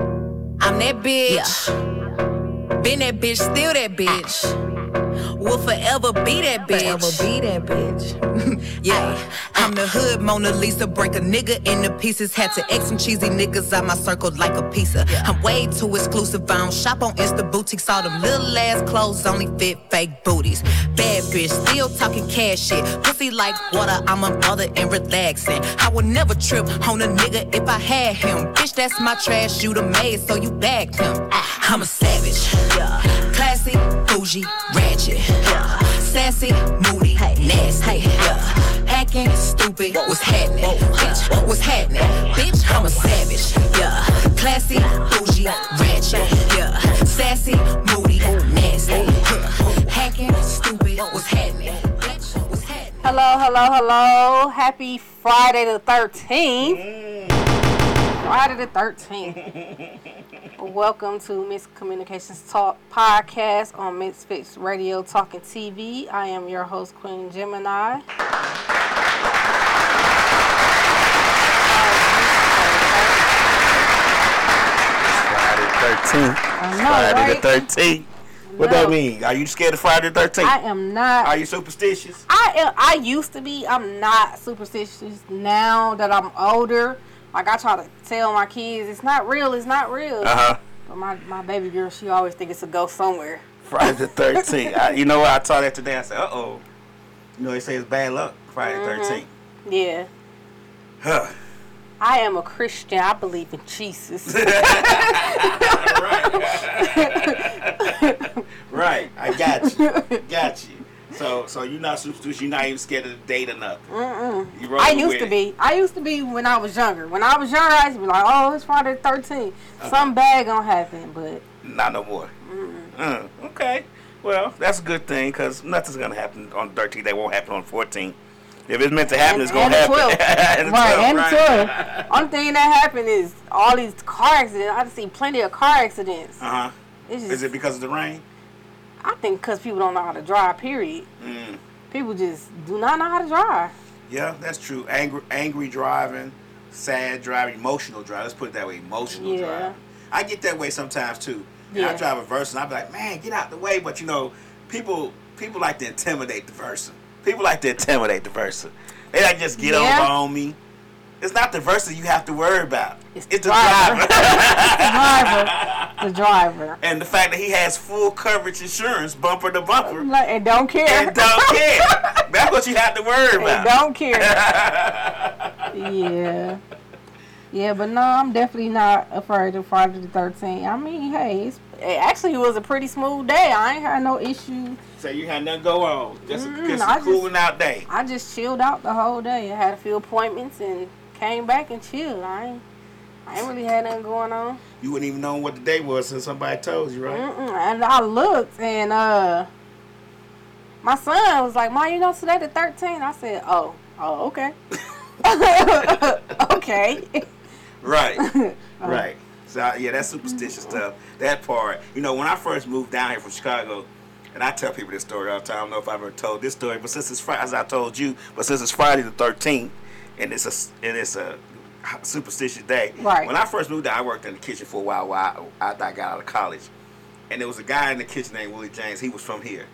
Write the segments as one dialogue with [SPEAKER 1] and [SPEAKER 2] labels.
[SPEAKER 1] I'm that bitch. Been that bitch, still that bitch. Will forever be that bitch.
[SPEAKER 2] Forever be that bitch.
[SPEAKER 1] Yeah, I'm the hood Mona Lisa. Break a nigga into pieces. Had to X some cheesy niggas out my circle like a pizza. I'm way too exclusive. I don't shop on Insta boutiques. All them little ass clothes only fit fake booties. Bad bitch, still talking cash shit. Pussy like water. I'm a mother and relaxing. I would never trip on a nigga if I had him. Bitch, that's my trash. You the maid, so you bagged him. Ah, I'm a savage. Yeah, classy, bougie, ratchet. Yeah, sassy, moody, nasty. Yeah. Acting stupid, what was happening? Bitch, what was happening? Bitch, I'm a savage, yeah. Classy, bougie, ratchet, yeah. Sassy, moody, nasty. huh. Hacking, stupid, what was happening? Bitch, what was happening?
[SPEAKER 3] Hello, hello, hello. Happy Friday the 13th. Friday the 13th. Welcome to Miscommunications Talk podcast on Misfits Radio Talking TV. I am your host, Queen Gemini.
[SPEAKER 4] Friday 13th.
[SPEAKER 3] I know,
[SPEAKER 4] Friday
[SPEAKER 3] right?
[SPEAKER 4] the 13th. What
[SPEAKER 3] No.
[SPEAKER 4] that mean? Are you scared of Friday the 13th?
[SPEAKER 3] I am not.
[SPEAKER 4] Are you superstitious?
[SPEAKER 3] I am, I used to be. I'm not superstitious now that I'm older. Like I try to tell my kids, it's not real. It's not real.
[SPEAKER 4] Uh huh.
[SPEAKER 3] But my, my baby girl, she always think it's a ghost somewhere.
[SPEAKER 4] Friday the 13th. I, you know what? I saw that today. I said, uh oh. You know, they say it's bad luck, Friday
[SPEAKER 3] Mm-hmm.
[SPEAKER 4] the 13th.
[SPEAKER 3] Yeah,
[SPEAKER 4] Huh.
[SPEAKER 3] I am a Christian. I believe in Jesus.
[SPEAKER 4] Right. I got you. got you. So, so you're not superstitious. You're not even scared of the date or nothing. Mm-mm. You rolling
[SPEAKER 3] I used
[SPEAKER 4] with
[SPEAKER 3] to
[SPEAKER 4] it.
[SPEAKER 3] be. I used to be when I was younger. When I was younger, I used to be like, oh, it's Friday the 13th.
[SPEAKER 4] Uh-huh.
[SPEAKER 3] Some bad gonna happen, but
[SPEAKER 4] Not no more.
[SPEAKER 3] Mm-hmm.
[SPEAKER 4] Mm, okay. Well, that's a good thing because nothing's gonna happen on 13. That won't happen on 14. If it's meant to happen,
[SPEAKER 3] And-
[SPEAKER 4] it's gonna
[SPEAKER 3] and the
[SPEAKER 4] happen.
[SPEAKER 3] 12.
[SPEAKER 4] and the
[SPEAKER 3] right,
[SPEAKER 4] 12,
[SPEAKER 3] and
[SPEAKER 4] right.
[SPEAKER 3] right. Only thing that happened is all these car accidents. I've seen plenty of car accidents.
[SPEAKER 4] Uh huh.
[SPEAKER 3] It's just,
[SPEAKER 4] Is it because of the rain?
[SPEAKER 3] I think because people don't know how to drive. Period.
[SPEAKER 4] Mm.
[SPEAKER 3] People just do not know how to drive.
[SPEAKER 4] Yeah, that's true. Angry, angry driving, sad driving, emotional driving. Let's put it that way. Emotional
[SPEAKER 3] Yeah.
[SPEAKER 4] driving. I get that way sometimes too. And I
[SPEAKER 3] Yeah.
[SPEAKER 4] drive a Versa, and I be like, man, get out the way. But you know, people people like to intimidate the Versa. People like to intimidate the Versa. They like just get
[SPEAKER 3] Yeah.
[SPEAKER 4] over on me. It's not the Versa you have to worry about.
[SPEAKER 3] It's
[SPEAKER 4] It's,
[SPEAKER 3] the
[SPEAKER 4] the driver.
[SPEAKER 3] The driver, the driver,
[SPEAKER 4] and the fact that he has full coverage insurance, bumper to bumper,
[SPEAKER 3] like, and don't care.
[SPEAKER 4] and don't care. That's what you have to worry
[SPEAKER 3] They
[SPEAKER 4] about.
[SPEAKER 3] don't care. yeah. Yeah, but no, I'm definitely not afraid of Friday the 13th. I mean, hey, it's, it actually was a pretty smooth day. I ain't had no issue.
[SPEAKER 4] So you had nothing go on. Just a,
[SPEAKER 3] Mm,
[SPEAKER 4] just a
[SPEAKER 3] I just-
[SPEAKER 4] cooling out day.
[SPEAKER 3] I just chilled out the whole day. I had a few appointments and came back and chilled. I ain't, I ain't really had nothing going on.
[SPEAKER 4] You wouldn't even know what the day was since somebody told you, right?
[SPEAKER 3] Mm-mm. And I looked and uh, my son was like, "Ma, you know today the 13th? I said, "Oh, oh, okay, okay."
[SPEAKER 4] Right. right. So yeah, that's superstitious
[SPEAKER 3] Mm-hmm.
[SPEAKER 4] stuff. That part. You know, when I first moved down here from Chicago, and I tell people this story all the time. I don't know if I've ever told this story, but since it's Friday, as I told you, but since it's Friday the thirteenth, and it's a and it's a superstitious day.
[SPEAKER 3] Right.
[SPEAKER 4] When I first moved down, I worked in the kitchen for a while while I, after I got out of college, and there was a guy in the kitchen named Willie James. He was from here.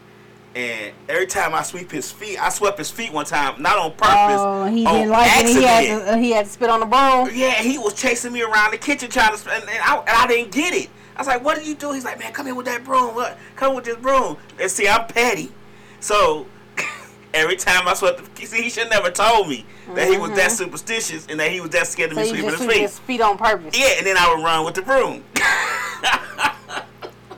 [SPEAKER 4] And every time I sweep his feet, I swept his feet one time, not on purpose.
[SPEAKER 3] Oh, he
[SPEAKER 4] on
[SPEAKER 3] didn't like it.
[SPEAKER 4] accident.
[SPEAKER 3] He had, to, uh, he had to spit on the bone.
[SPEAKER 4] Yeah, he was chasing me around the kitchen trying to, sp- and, and, I, and I didn't get it. I was like, "What do you do?" He's like, "Man, come here with that broom. What? Come with this broom." And see, I'm petty, so every time I swept, the, see, he should never told me that he was that superstitious and that he was that scared of
[SPEAKER 3] Mm-hmm. So
[SPEAKER 4] me
[SPEAKER 3] you
[SPEAKER 4] sweeping
[SPEAKER 3] just
[SPEAKER 4] his
[SPEAKER 3] sweep
[SPEAKER 4] feet.
[SPEAKER 3] his feet on purpose.
[SPEAKER 4] Yeah, and then I would run with the broom.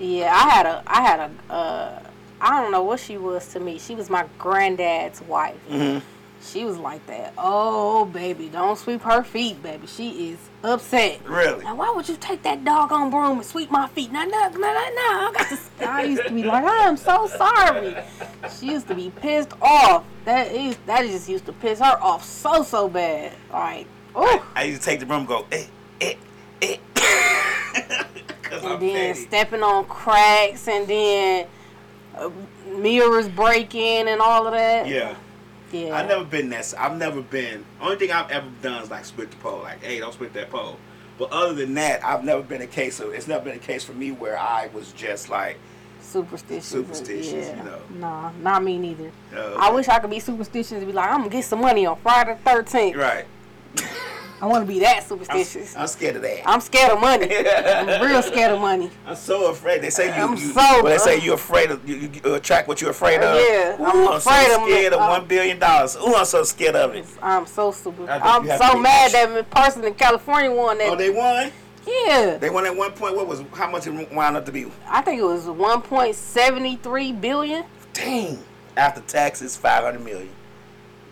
[SPEAKER 3] Yeah, I had a, I had a, uh, I don't know what she was to me. She was my granddad's wife.
[SPEAKER 4] Mm-hmm.
[SPEAKER 3] She was like that. Oh, baby, don't sweep her feet, baby. She is upset.
[SPEAKER 4] Really?
[SPEAKER 3] Now, why would you take that doggone broom and sweep my feet? No, no, no, no, no. I got to. sp- I used to be like, I am so sorry. She used to be pissed off. That is, that just used to piss her off so, so bad. Like, oh.
[SPEAKER 4] I used to take the broom, and go, eh, eh, eh, because I'm
[SPEAKER 3] and then
[SPEAKER 4] petty.
[SPEAKER 3] stepping on cracks and then uh, mirrors breaking and all of that.
[SPEAKER 4] Yeah.
[SPEAKER 3] yeah.
[SPEAKER 4] I've never been that. I've never been. Only thing I've ever done is like split the pole. Like, hey, don't split that pole. But other than that, I've never been a case of. It's never been a case for me where I was just like
[SPEAKER 3] Superstitious.
[SPEAKER 4] Superstitious,
[SPEAKER 3] yeah.
[SPEAKER 4] you know.
[SPEAKER 3] Nah, not me neither.
[SPEAKER 4] Oh,
[SPEAKER 3] I
[SPEAKER 4] okay.
[SPEAKER 3] wish I could be superstitious and be like, I'm gonna get some money on Friday the 13th.
[SPEAKER 4] right.
[SPEAKER 3] I want to be that
[SPEAKER 4] I'm,
[SPEAKER 3] superstitious. I'm,
[SPEAKER 4] I'm scared of that.
[SPEAKER 3] scared of money. I'm real scared of money.
[SPEAKER 4] I'm so afraid. They say you.
[SPEAKER 3] I'm
[SPEAKER 4] you
[SPEAKER 3] so-
[SPEAKER 4] well, they say you're afraid of. You, you you attract what you're afraid of.
[SPEAKER 3] Yeah, I'm
[SPEAKER 4] Ooh,
[SPEAKER 3] afraid
[SPEAKER 4] so
[SPEAKER 3] of Uh,
[SPEAKER 4] scared
[SPEAKER 3] it.
[SPEAKER 4] of
[SPEAKER 3] I'm-
[SPEAKER 4] one billion dollars. Ooh, I'm so scared of it.
[SPEAKER 3] I'm so stupid.
[SPEAKER 4] I think
[SPEAKER 3] I'm
[SPEAKER 4] you have to
[SPEAKER 3] so
[SPEAKER 4] be
[SPEAKER 3] mad
[SPEAKER 4] patient.
[SPEAKER 3] that the person in California won that.
[SPEAKER 4] Oh, they won.
[SPEAKER 3] yeah,
[SPEAKER 4] They won at one point. What was how much it wound up to be?
[SPEAKER 3] I think it was 1.73 billion.
[SPEAKER 4] Dang. After taxes, five hundred million.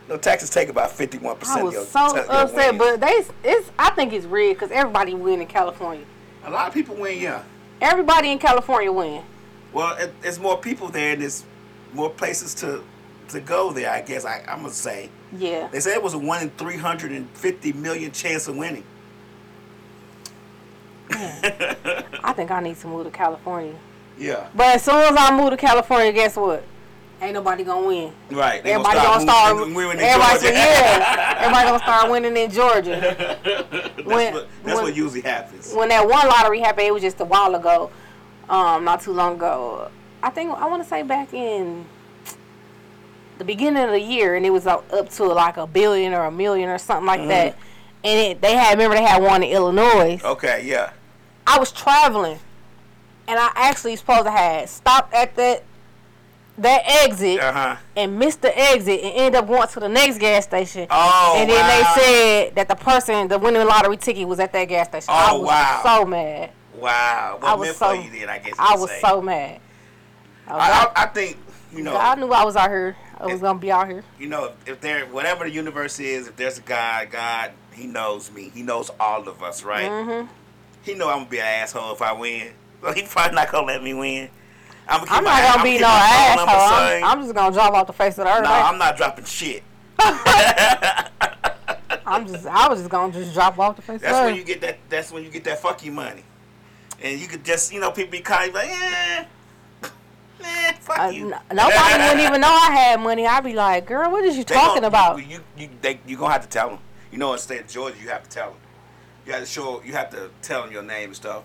[SPEAKER 4] No taxes take about fifty-one percent.
[SPEAKER 3] I was so upset, but they it's I think it's red because everybody win in California.
[SPEAKER 4] a lot of people win. Yeah.
[SPEAKER 3] Everybody in California win.
[SPEAKER 4] Well, it, it's more people there, and there's more places to to go there. I guess I, I'm gonna say.
[SPEAKER 3] Yeah,
[SPEAKER 4] They say it was a one in three hundred and fifty million chance of winning.
[SPEAKER 3] I think I need to move to California.
[SPEAKER 4] Yeah.
[SPEAKER 3] But as soon as I move to California, guess what? Ain't nobody gonna win.
[SPEAKER 4] Right. They
[SPEAKER 3] Everybody gonna start.
[SPEAKER 4] moving- moving in
[SPEAKER 3] everybody,
[SPEAKER 4] Georgia.
[SPEAKER 3] yeah. Everybody gonna start winning in Georgia.
[SPEAKER 4] that's
[SPEAKER 3] when-
[SPEAKER 4] what, that's
[SPEAKER 3] when-
[SPEAKER 4] what usually happens.
[SPEAKER 3] When that one lottery happened, it was just a while ago, um, not too long ago. I think I want to say back in the beginning of the year, and it was up up to like a billion or a million or something
[SPEAKER 4] Mm-hmm.
[SPEAKER 3] like that. And it, they had remember they had one in Illinois.
[SPEAKER 4] okay. Yeah.
[SPEAKER 3] I was traveling, and I actually supposed to had stopped at that that exit.
[SPEAKER 4] Uh huh.
[SPEAKER 3] and missed the exit and ended up going to the next gas station.
[SPEAKER 4] Oh,
[SPEAKER 3] And then
[SPEAKER 4] wow.
[SPEAKER 3] they said that the person, the winning lottery ticket, was at that gas station. I
[SPEAKER 4] Oh,
[SPEAKER 3] was
[SPEAKER 4] wow.
[SPEAKER 3] so mad.
[SPEAKER 4] Wow. Well,
[SPEAKER 3] I was
[SPEAKER 4] meant
[SPEAKER 3] so.
[SPEAKER 4] for you then, I guess. you
[SPEAKER 3] I
[SPEAKER 4] could
[SPEAKER 3] was
[SPEAKER 4] say.
[SPEAKER 3] so mad. I, was
[SPEAKER 4] I,
[SPEAKER 3] out-
[SPEAKER 4] I, I think you know.
[SPEAKER 3] I knew I was out here. I was gonna be out here.
[SPEAKER 4] you know, if, if there, whatever the universe is, if there's a God, God, He knows me. He knows all of us, right? Mm-hmm. He know I'm gonna be an asshole if I win. So he probably not gonna let me win. I'm, gonna keep
[SPEAKER 3] I'm
[SPEAKER 4] my-
[SPEAKER 3] not gonna be
[SPEAKER 4] keep
[SPEAKER 3] no
[SPEAKER 4] my phone number
[SPEAKER 3] asshole.
[SPEAKER 4] saved.
[SPEAKER 3] I'm, I'm just gonna drop off the face of the earth.
[SPEAKER 4] no,
[SPEAKER 3] Like,
[SPEAKER 4] I'm not dropping shit.
[SPEAKER 3] I'm, just. I was just gonna just drop off the face
[SPEAKER 4] That's
[SPEAKER 3] of the
[SPEAKER 4] when
[SPEAKER 3] earth.
[SPEAKER 4] you get that. That's when you get that fuck you money, and you could just, you know, people be calling you like, eh, eh, fuck
[SPEAKER 3] Uh,
[SPEAKER 4] you.
[SPEAKER 3] n- nobody wouldn't even know I had money. I'd be like, "Girl, what is you
[SPEAKER 4] They
[SPEAKER 3] talking
[SPEAKER 4] gonna-
[SPEAKER 3] about?"
[SPEAKER 4] You you, you, they, you gonna have to tell them. You know, in the state of Georgia, you have to tell them. You have to show. You have to tell them your name and stuff.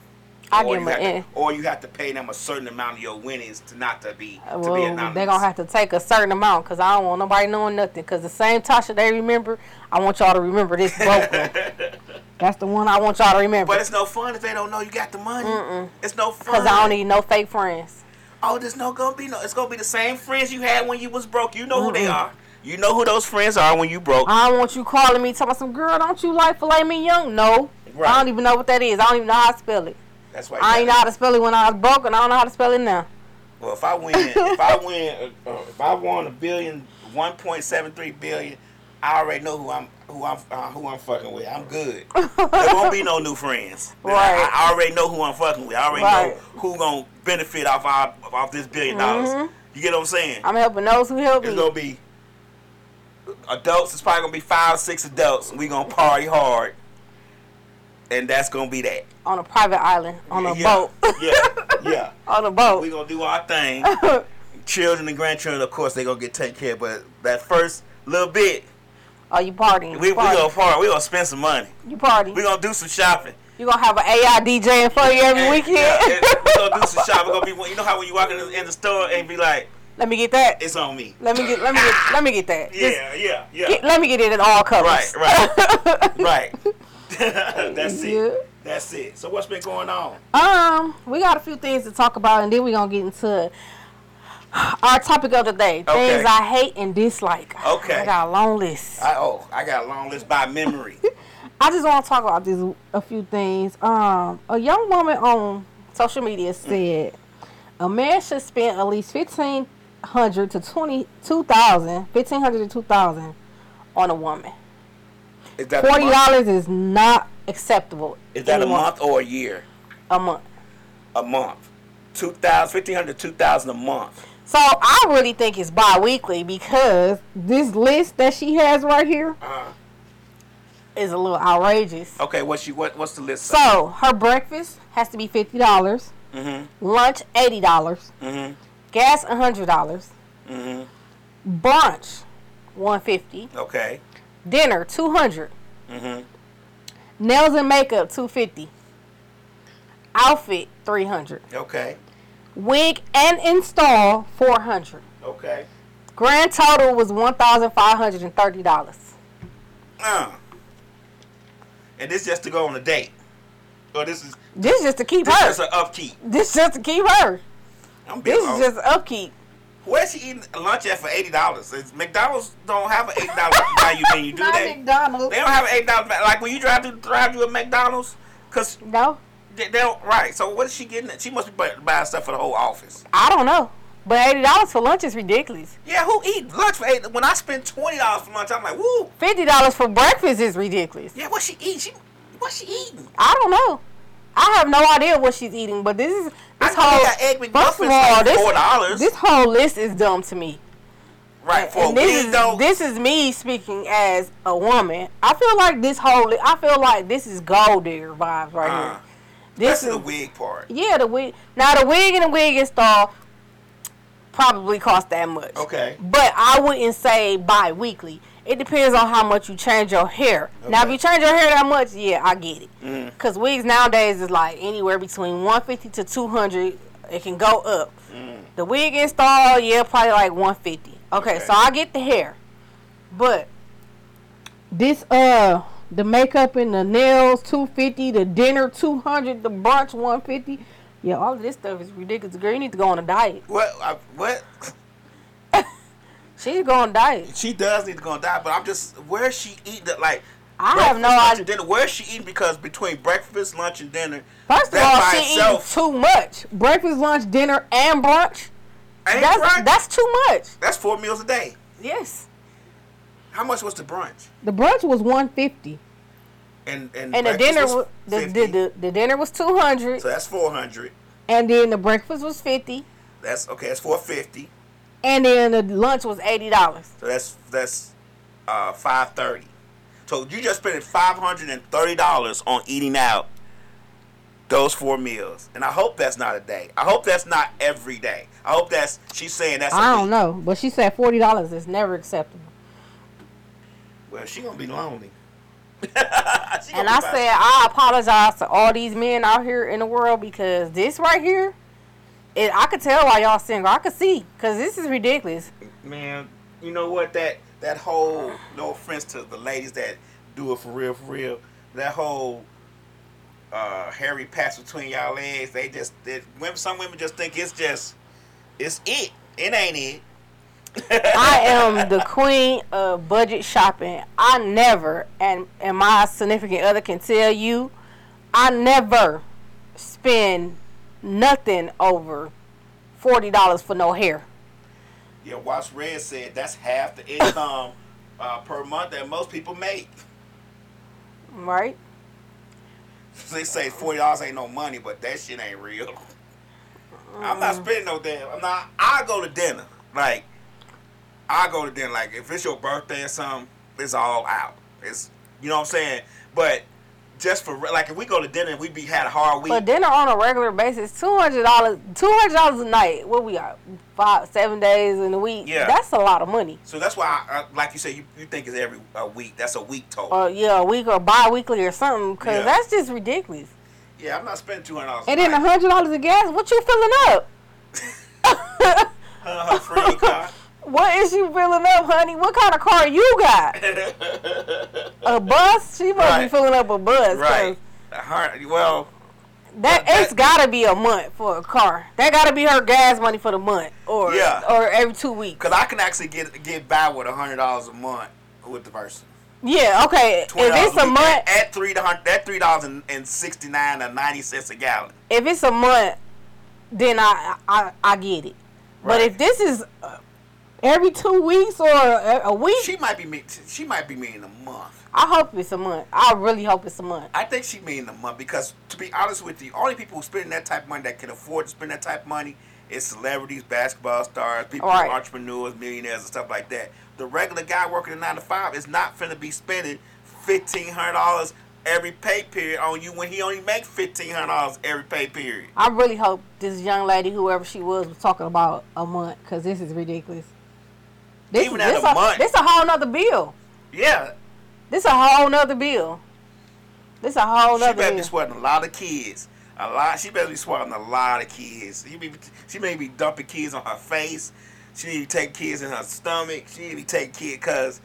[SPEAKER 3] I'll
[SPEAKER 4] or
[SPEAKER 3] give
[SPEAKER 4] you
[SPEAKER 3] 'em
[SPEAKER 4] have
[SPEAKER 3] a
[SPEAKER 4] to,
[SPEAKER 3] eh.
[SPEAKER 4] or you have to pay them a certain amount of your winnings to not to be to
[SPEAKER 3] Well,
[SPEAKER 4] be
[SPEAKER 3] they're
[SPEAKER 4] anonymous.
[SPEAKER 3] gonna have to take a certain amount because I don't want nobody knowing nothing. Because the same Tasha they remember, I want y'all to remember this broke one. That's the one I want y'all to remember
[SPEAKER 4] but it's no fun if they don't know you got the money. It's no fun.
[SPEAKER 3] because I don't need no fake friends.
[SPEAKER 4] Oh, there's no gonna be no. It's gonna be the same friends you had when you was broke. You know who they are. You know who those friends are when you broke.
[SPEAKER 3] I don't want you calling me talking about some girl. Don't you like filet mignon? No, I
[SPEAKER 4] Right.
[SPEAKER 3] don't even know what that is. I don't even know how to spell it.
[SPEAKER 4] That's why.
[SPEAKER 3] I
[SPEAKER 4] you
[SPEAKER 3] ain't know
[SPEAKER 4] gotta-
[SPEAKER 3] how to spell it when I was broke, and I don't know how to spell it now.
[SPEAKER 4] Well, if I win, if I win, uh, uh, if I won a billion, one point seven three billion, I already know who I'm, who I'm, uh, who I'm fucking with. I'm good. there won't be no new friends. Then I-
[SPEAKER 3] Right.
[SPEAKER 4] I, already know who I'm fucking with. I already
[SPEAKER 3] Right.
[SPEAKER 4] know who gonna benefit off our, off this 1000000000 dollars.
[SPEAKER 3] Mm-hmm.
[SPEAKER 4] You get what I'm saying?
[SPEAKER 3] I'm helping those who help
[SPEAKER 4] it's
[SPEAKER 3] me.
[SPEAKER 4] gonna be adults. It's probably gonna be five, six adults. And we gonna party hard, and that's gonna be that.
[SPEAKER 3] on a private island, on a
[SPEAKER 4] yeah,
[SPEAKER 3] boat,
[SPEAKER 4] Yeah, yeah.
[SPEAKER 3] on a boat.
[SPEAKER 4] We gonna do our thing. Children and grandchildren, of course, they gonna get taken care of. But that first little bit,
[SPEAKER 3] Are Oh, you partying?
[SPEAKER 4] we we
[SPEAKER 3] party.
[SPEAKER 4] gonna party. We gonna spend some money.
[SPEAKER 3] you party.
[SPEAKER 4] We gonna do some shopping.
[SPEAKER 3] you gonna have an AI DJ in front of you every weekend.
[SPEAKER 4] Yeah, and we gonna do some shopping. We gonna be. You know how when you walk in the, in the store and be like,
[SPEAKER 3] Let me get that.
[SPEAKER 4] "It's on me."
[SPEAKER 3] Let me get let me get let me get that. Just
[SPEAKER 4] Yeah, yeah,
[SPEAKER 3] get-
[SPEAKER 4] yeah.
[SPEAKER 3] let me get it in all
[SPEAKER 4] Right,
[SPEAKER 3] colors.
[SPEAKER 4] right, right. That's
[SPEAKER 3] Yeah.
[SPEAKER 4] it. That's it. So what's been going on?
[SPEAKER 3] Um, we got a few things to talk about, and then we're gonna get into our topic of the day:
[SPEAKER 4] Okay.
[SPEAKER 3] things I hate and dislike.
[SPEAKER 4] Okay.
[SPEAKER 3] I got a long list. I,
[SPEAKER 4] I, oh, I got a long list by memory.
[SPEAKER 3] just want to talk about these a few things. Um, a young woman on social media said a man should spend at least fifteen hundred to twenty two thousand, fifteen hundred to two thousand on a woman.
[SPEAKER 4] Is that
[SPEAKER 3] Forty
[SPEAKER 4] a month?
[SPEAKER 3] dollars is not acceptable.
[SPEAKER 4] Is that a
[SPEAKER 3] anymore.
[SPEAKER 4] month or a year?
[SPEAKER 3] A month.
[SPEAKER 4] A month. 2000 1500 2000 a month.
[SPEAKER 3] So I really think it's bi-weekly because this list that she has right here
[SPEAKER 4] Uh-huh.
[SPEAKER 3] is a little outrageous.
[SPEAKER 4] Okay, what's you what what's the list? say?
[SPEAKER 3] So her breakfast has to be fifty dollars, lunch eighty dollars, gas hundred dollars, brunch one fifty,
[SPEAKER 4] Okay.
[SPEAKER 3] dinner two hundred, Nails and makeup, 250 Outfit, 300
[SPEAKER 4] Okay.
[SPEAKER 3] Wig and install, 400
[SPEAKER 4] Okay.
[SPEAKER 3] Grand total was $1,530.
[SPEAKER 4] Uh. And this just to go on a date. Or this is
[SPEAKER 3] This just to keep
[SPEAKER 4] this
[SPEAKER 3] her.
[SPEAKER 4] is an upkeep.
[SPEAKER 3] this just to keep her.
[SPEAKER 4] I'm being
[SPEAKER 3] This
[SPEAKER 4] honest.
[SPEAKER 3] is just upkeep.
[SPEAKER 4] Where's she eating lunch at for eighty dollars? McDonald's don't have an eight dollar value menu, do
[SPEAKER 3] Not
[SPEAKER 4] they?
[SPEAKER 3] McDonald's.
[SPEAKER 4] They don't have an eight dollar like when you drive through drive through at McDonald's, cause
[SPEAKER 3] No,
[SPEAKER 4] they, they don't right. So what is she getting? At? She must be buy- buying stuff for the whole office.
[SPEAKER 3] I don't know. But eighty dollars for lunch is ridiculous.
[SPEAKER 4] Yeah, who eat lunch for eight? When I spend twenty dollars for lunch, I'm like, woo.
[SPEAKER 3] Fifty dollars for breakfast is ridiculous.
[SPEAKER 4] Yeah, what she eat? She what she eating?
[SPEAKER 3] I don't know. I have no idea what she's eating, but this is this
[SPEAKER 4] I know
[SPEAKER 3] whole
[SPEAKER 4] they got egg
[SPEAKER 3] first of
[SPEAKER 4] McMuffins
[SPEAKER 3] all,
[SPEAKER 4] for
[SPEAKER 3] this,
[SPEAKER 4] $4.
[SPEAKER 3] this whole list is dumb to me.
[SPEAKER 4] Right for a
[SPEAKER 3] and this
[SPEAKER 4] week
[SPEAKER 3] is
[SPEAKER 4] though.
[SPEAKER 3] this is me speaking as a woman. I feel like this whole li- I feel like this is gold digger vibes right
[SPEAKER 4] Uh,
[SPEAKER 3] here. This
[SPEAKER 4] That's
[SPEAKER 3] is
[SPEAKER 4] the wig part.
[SPEAKER 3] yeah the wig. Now the wig and the wig install probably cost that much.
[SPEAKER 4] Okay.
[SPEAKER 3] But I wouldn't say bi-weekly. It depends on how much you change your hair. Now, if
[SPEAKER 4] Okay.
[SPEAKER 3] you change your hair that much, yeah, I get it. Because wigs nowadays is like anywhere between 150 to 200. It can go up. The wig install, yeah, probably like 150. Okay,
[SPEAKER 4] Okay.
[SPEAKER 3] so I get the hair. But this, uh, the makeup and the nails, 250. The dinner, 200. The brunch, 150. Yeah, all of this stuff is ridiculous. Girl, you need to go on a diet.
[SPEAKER 4] What? I, what?
[SPEAKER 3] She need to go on a diet.
[SPEAKER 4] She does need to go and die, but I'm just where is she eating? That like
[SPEAKER 3] I
[SPEAKER 4] breakfast,
[SPEAKER 3] have no
[SPEAKER 4] lunch,
[SPEAKER 3] idea.
[SPEAKER 4] and Dinner. Where is she eating? Because between breakfast, lunch, and dinner,
[SPEAKER 3] First of
[SPEAKER 4] that
[SPEAKER 3] all,
[SPEAKER 4] by
[SPEAKER 3] she
[SPEAKER 4] itself
[SPEAKER 3] eats too much. Breakfast, lunch, dinner, and brunch.
[SPEAKER 4] ain't
[SPEAKER 3] That's
[SPEAKER 4] brunch.
[SPEAKER 3] that's too much.
[SPEAKER 4] That's four meals a day.
[SPEAKER 3] Yes.
[SPEAKER 4] How much was the brunch?
[SPEAKER 3] The brunch was one fifty,
[SPEAKER 4] And and,
[SPEAKER 3] and the
[SPEAKER 4] breakfast
[SPEAKER 3] dinner
[SPEAKER 4] was
[SPEAKER 3] was the, the,
[SPEAKER 4] 50.
[SPEAKER 3] the, the dinner was two hundred,
[SPEAKER 4] so that's four hundred.
[SPEAKER 3] and then the breakfast was fifty,
[SPEAKER 4] That's okay. That's four fifty.
[SPEAKER 3] and then the lunch was eighty dollars.
[SPEAKER 4] So that's that's uh five thirty. So you just spending five hundred and thirty dollars on eating out those four meals, and I hope that's not a day. I hope that's not every day. I hope that's she's saying that's.
[SPEAKER 3] I
[SPEAKER 4] a
[SPEAKER 3] don't
[SPEAKER 4] week.
[SPEAKER 3] know, but she said forty dollars is never acceptable.
[SPEAKER 4] Well, she gonna be lonely. She
[SPEAKER 3] And
[SPEAKER 4] gonna
[SPEAKER 3] I
[SPEAKER 4] be by-
[SPEAKER 3] said I apologize to all these men out here in the world because this right here, it I could tell why y'all single. I could see because this is ridiculous.
[SPEAKER 4] man, you know what? That that whole no offense to the ladies that do it for real, for real. That whole uh, hairy patch between y'all legs. They just that women. Some women just think it's just it's it. It ain't it.
[SPEAKER 3] I am the queen of budget shopping. I never, and and my significant other can tell you, I never spend nothing over forty dollars for no hair.
[SPEAKER 4] Yeah, Watch Red said that's half the income uh, per month that most people make.
[SPEAKER 3] Right?
[SPEAKER 4] They say forty dollars ain't no money, but that shit ain't real. I'm not
[SPEAKER 3] Uh.
[SPEAKER 4] spending no damn. I'm not. I go to dinner. Like I go to dinner. Like if it's your birthday or something, it's all out. It's you know what I'm saying. But just for like if we go to dinner and we be had a hard week.
[SPEAKER 3] For dinner on a regular basis, two hundred dollars, two hundred dollars a night. What we got? Five, seven days in a week.
[SPEAKER 4] Yeah.
[SPEAKER 3] That's a lot of money.
[SPEAKER 4] so that's why, I, I, like you said, you, you think it's every uh, week. That's a week total.
[SPEAKER 3] Or Uh, yeah, a week or bi-weekly or something. Cause
[SPEAKER 4] Yeah.
[SPEAKER 3] that's just ridiculous.
[SPEAKER 4] yeah, I'm not spending two hundred dollars.
[SPEAKER 3] And then a hundred dollars of gas. What you filling up?
[SPEAKER 4] uh, her friend car.
[SPEAKER 3] What is you filling up, honey? What kind of car you got? a bus? She must be
[SPEAKER 4] Right.
[SPEAKER 3] filling up a bus. 'cause
[SPEAKER 4] Right. Her, well,
[SPEAKER 3] That
[SPEAKER 4] But
[SPEAKER 3] it's gotta be a month for a car. That gotta be her gas money for the month, or
[SPEAKER 4] Yeah.
[SPEAKER 3] or every two weeks.
[SPEAKER 4] because I can actually get get by with hundred dollars a month with the person.
[SPEAKER 3] Yeah. Okay. If
[SPEAKER 4] $20
[SPEAKER 3] it's a
[SPEAKER 4] week,
[SPEAKER 3] month,
[SPEAKER 4] at- at three dollars at three dollars and, and sixty nine or ninety cents a gallon.
[SPEAKER 3] if it's a month, then I I, I get it. But
[SPEAKER 4] Right.
[SPEAKER 3] if this is uh, every two weeks or a, a week,
[SPEAKER 4] She might be mean, she might be meaning a month.
[SPEAKER 3] I hope it's a month. I really hope it's a month.
[SPEAKER 4] I think she meaning a month because to be honest with you, only people who spend that type of money that can afford to spend that type of money is celebrities, basketball stars, people who are
[SPEAKER 3] Right.
[SPEAKER 4] entrepreneurs, millionaires, and stuff like that. The regular guy working a nine to five is not finna be spending fifteen hundred dollars every pay period on you when he only makes fifteen hundred dollars every pay period.
[SPEAKER 3] I really hope this young lady, whoever she was, was talking about a month, cause this is ridiculous. This,
[SPEAKER 4] Even at
[SPEAKER 3] this
[SPEAKER 4] a month.
[SPEAKER 3] This a whole nother bill.
[SPEAKER 4] Yeah,
[SPEAKER 3] This a whole nother bill. This a whole
[SPEAKER 4] She
[SPEAKER 3] nother
[SPEAKER 4] better be
[SPEAKER 3] deal.
[SPEAKER 4] swatting a lot of kids. A lot. She better be swatting a lot of kids. She, be, she may be dumping kids on her face. She need to take kids in her stomach. She need to be taking kids because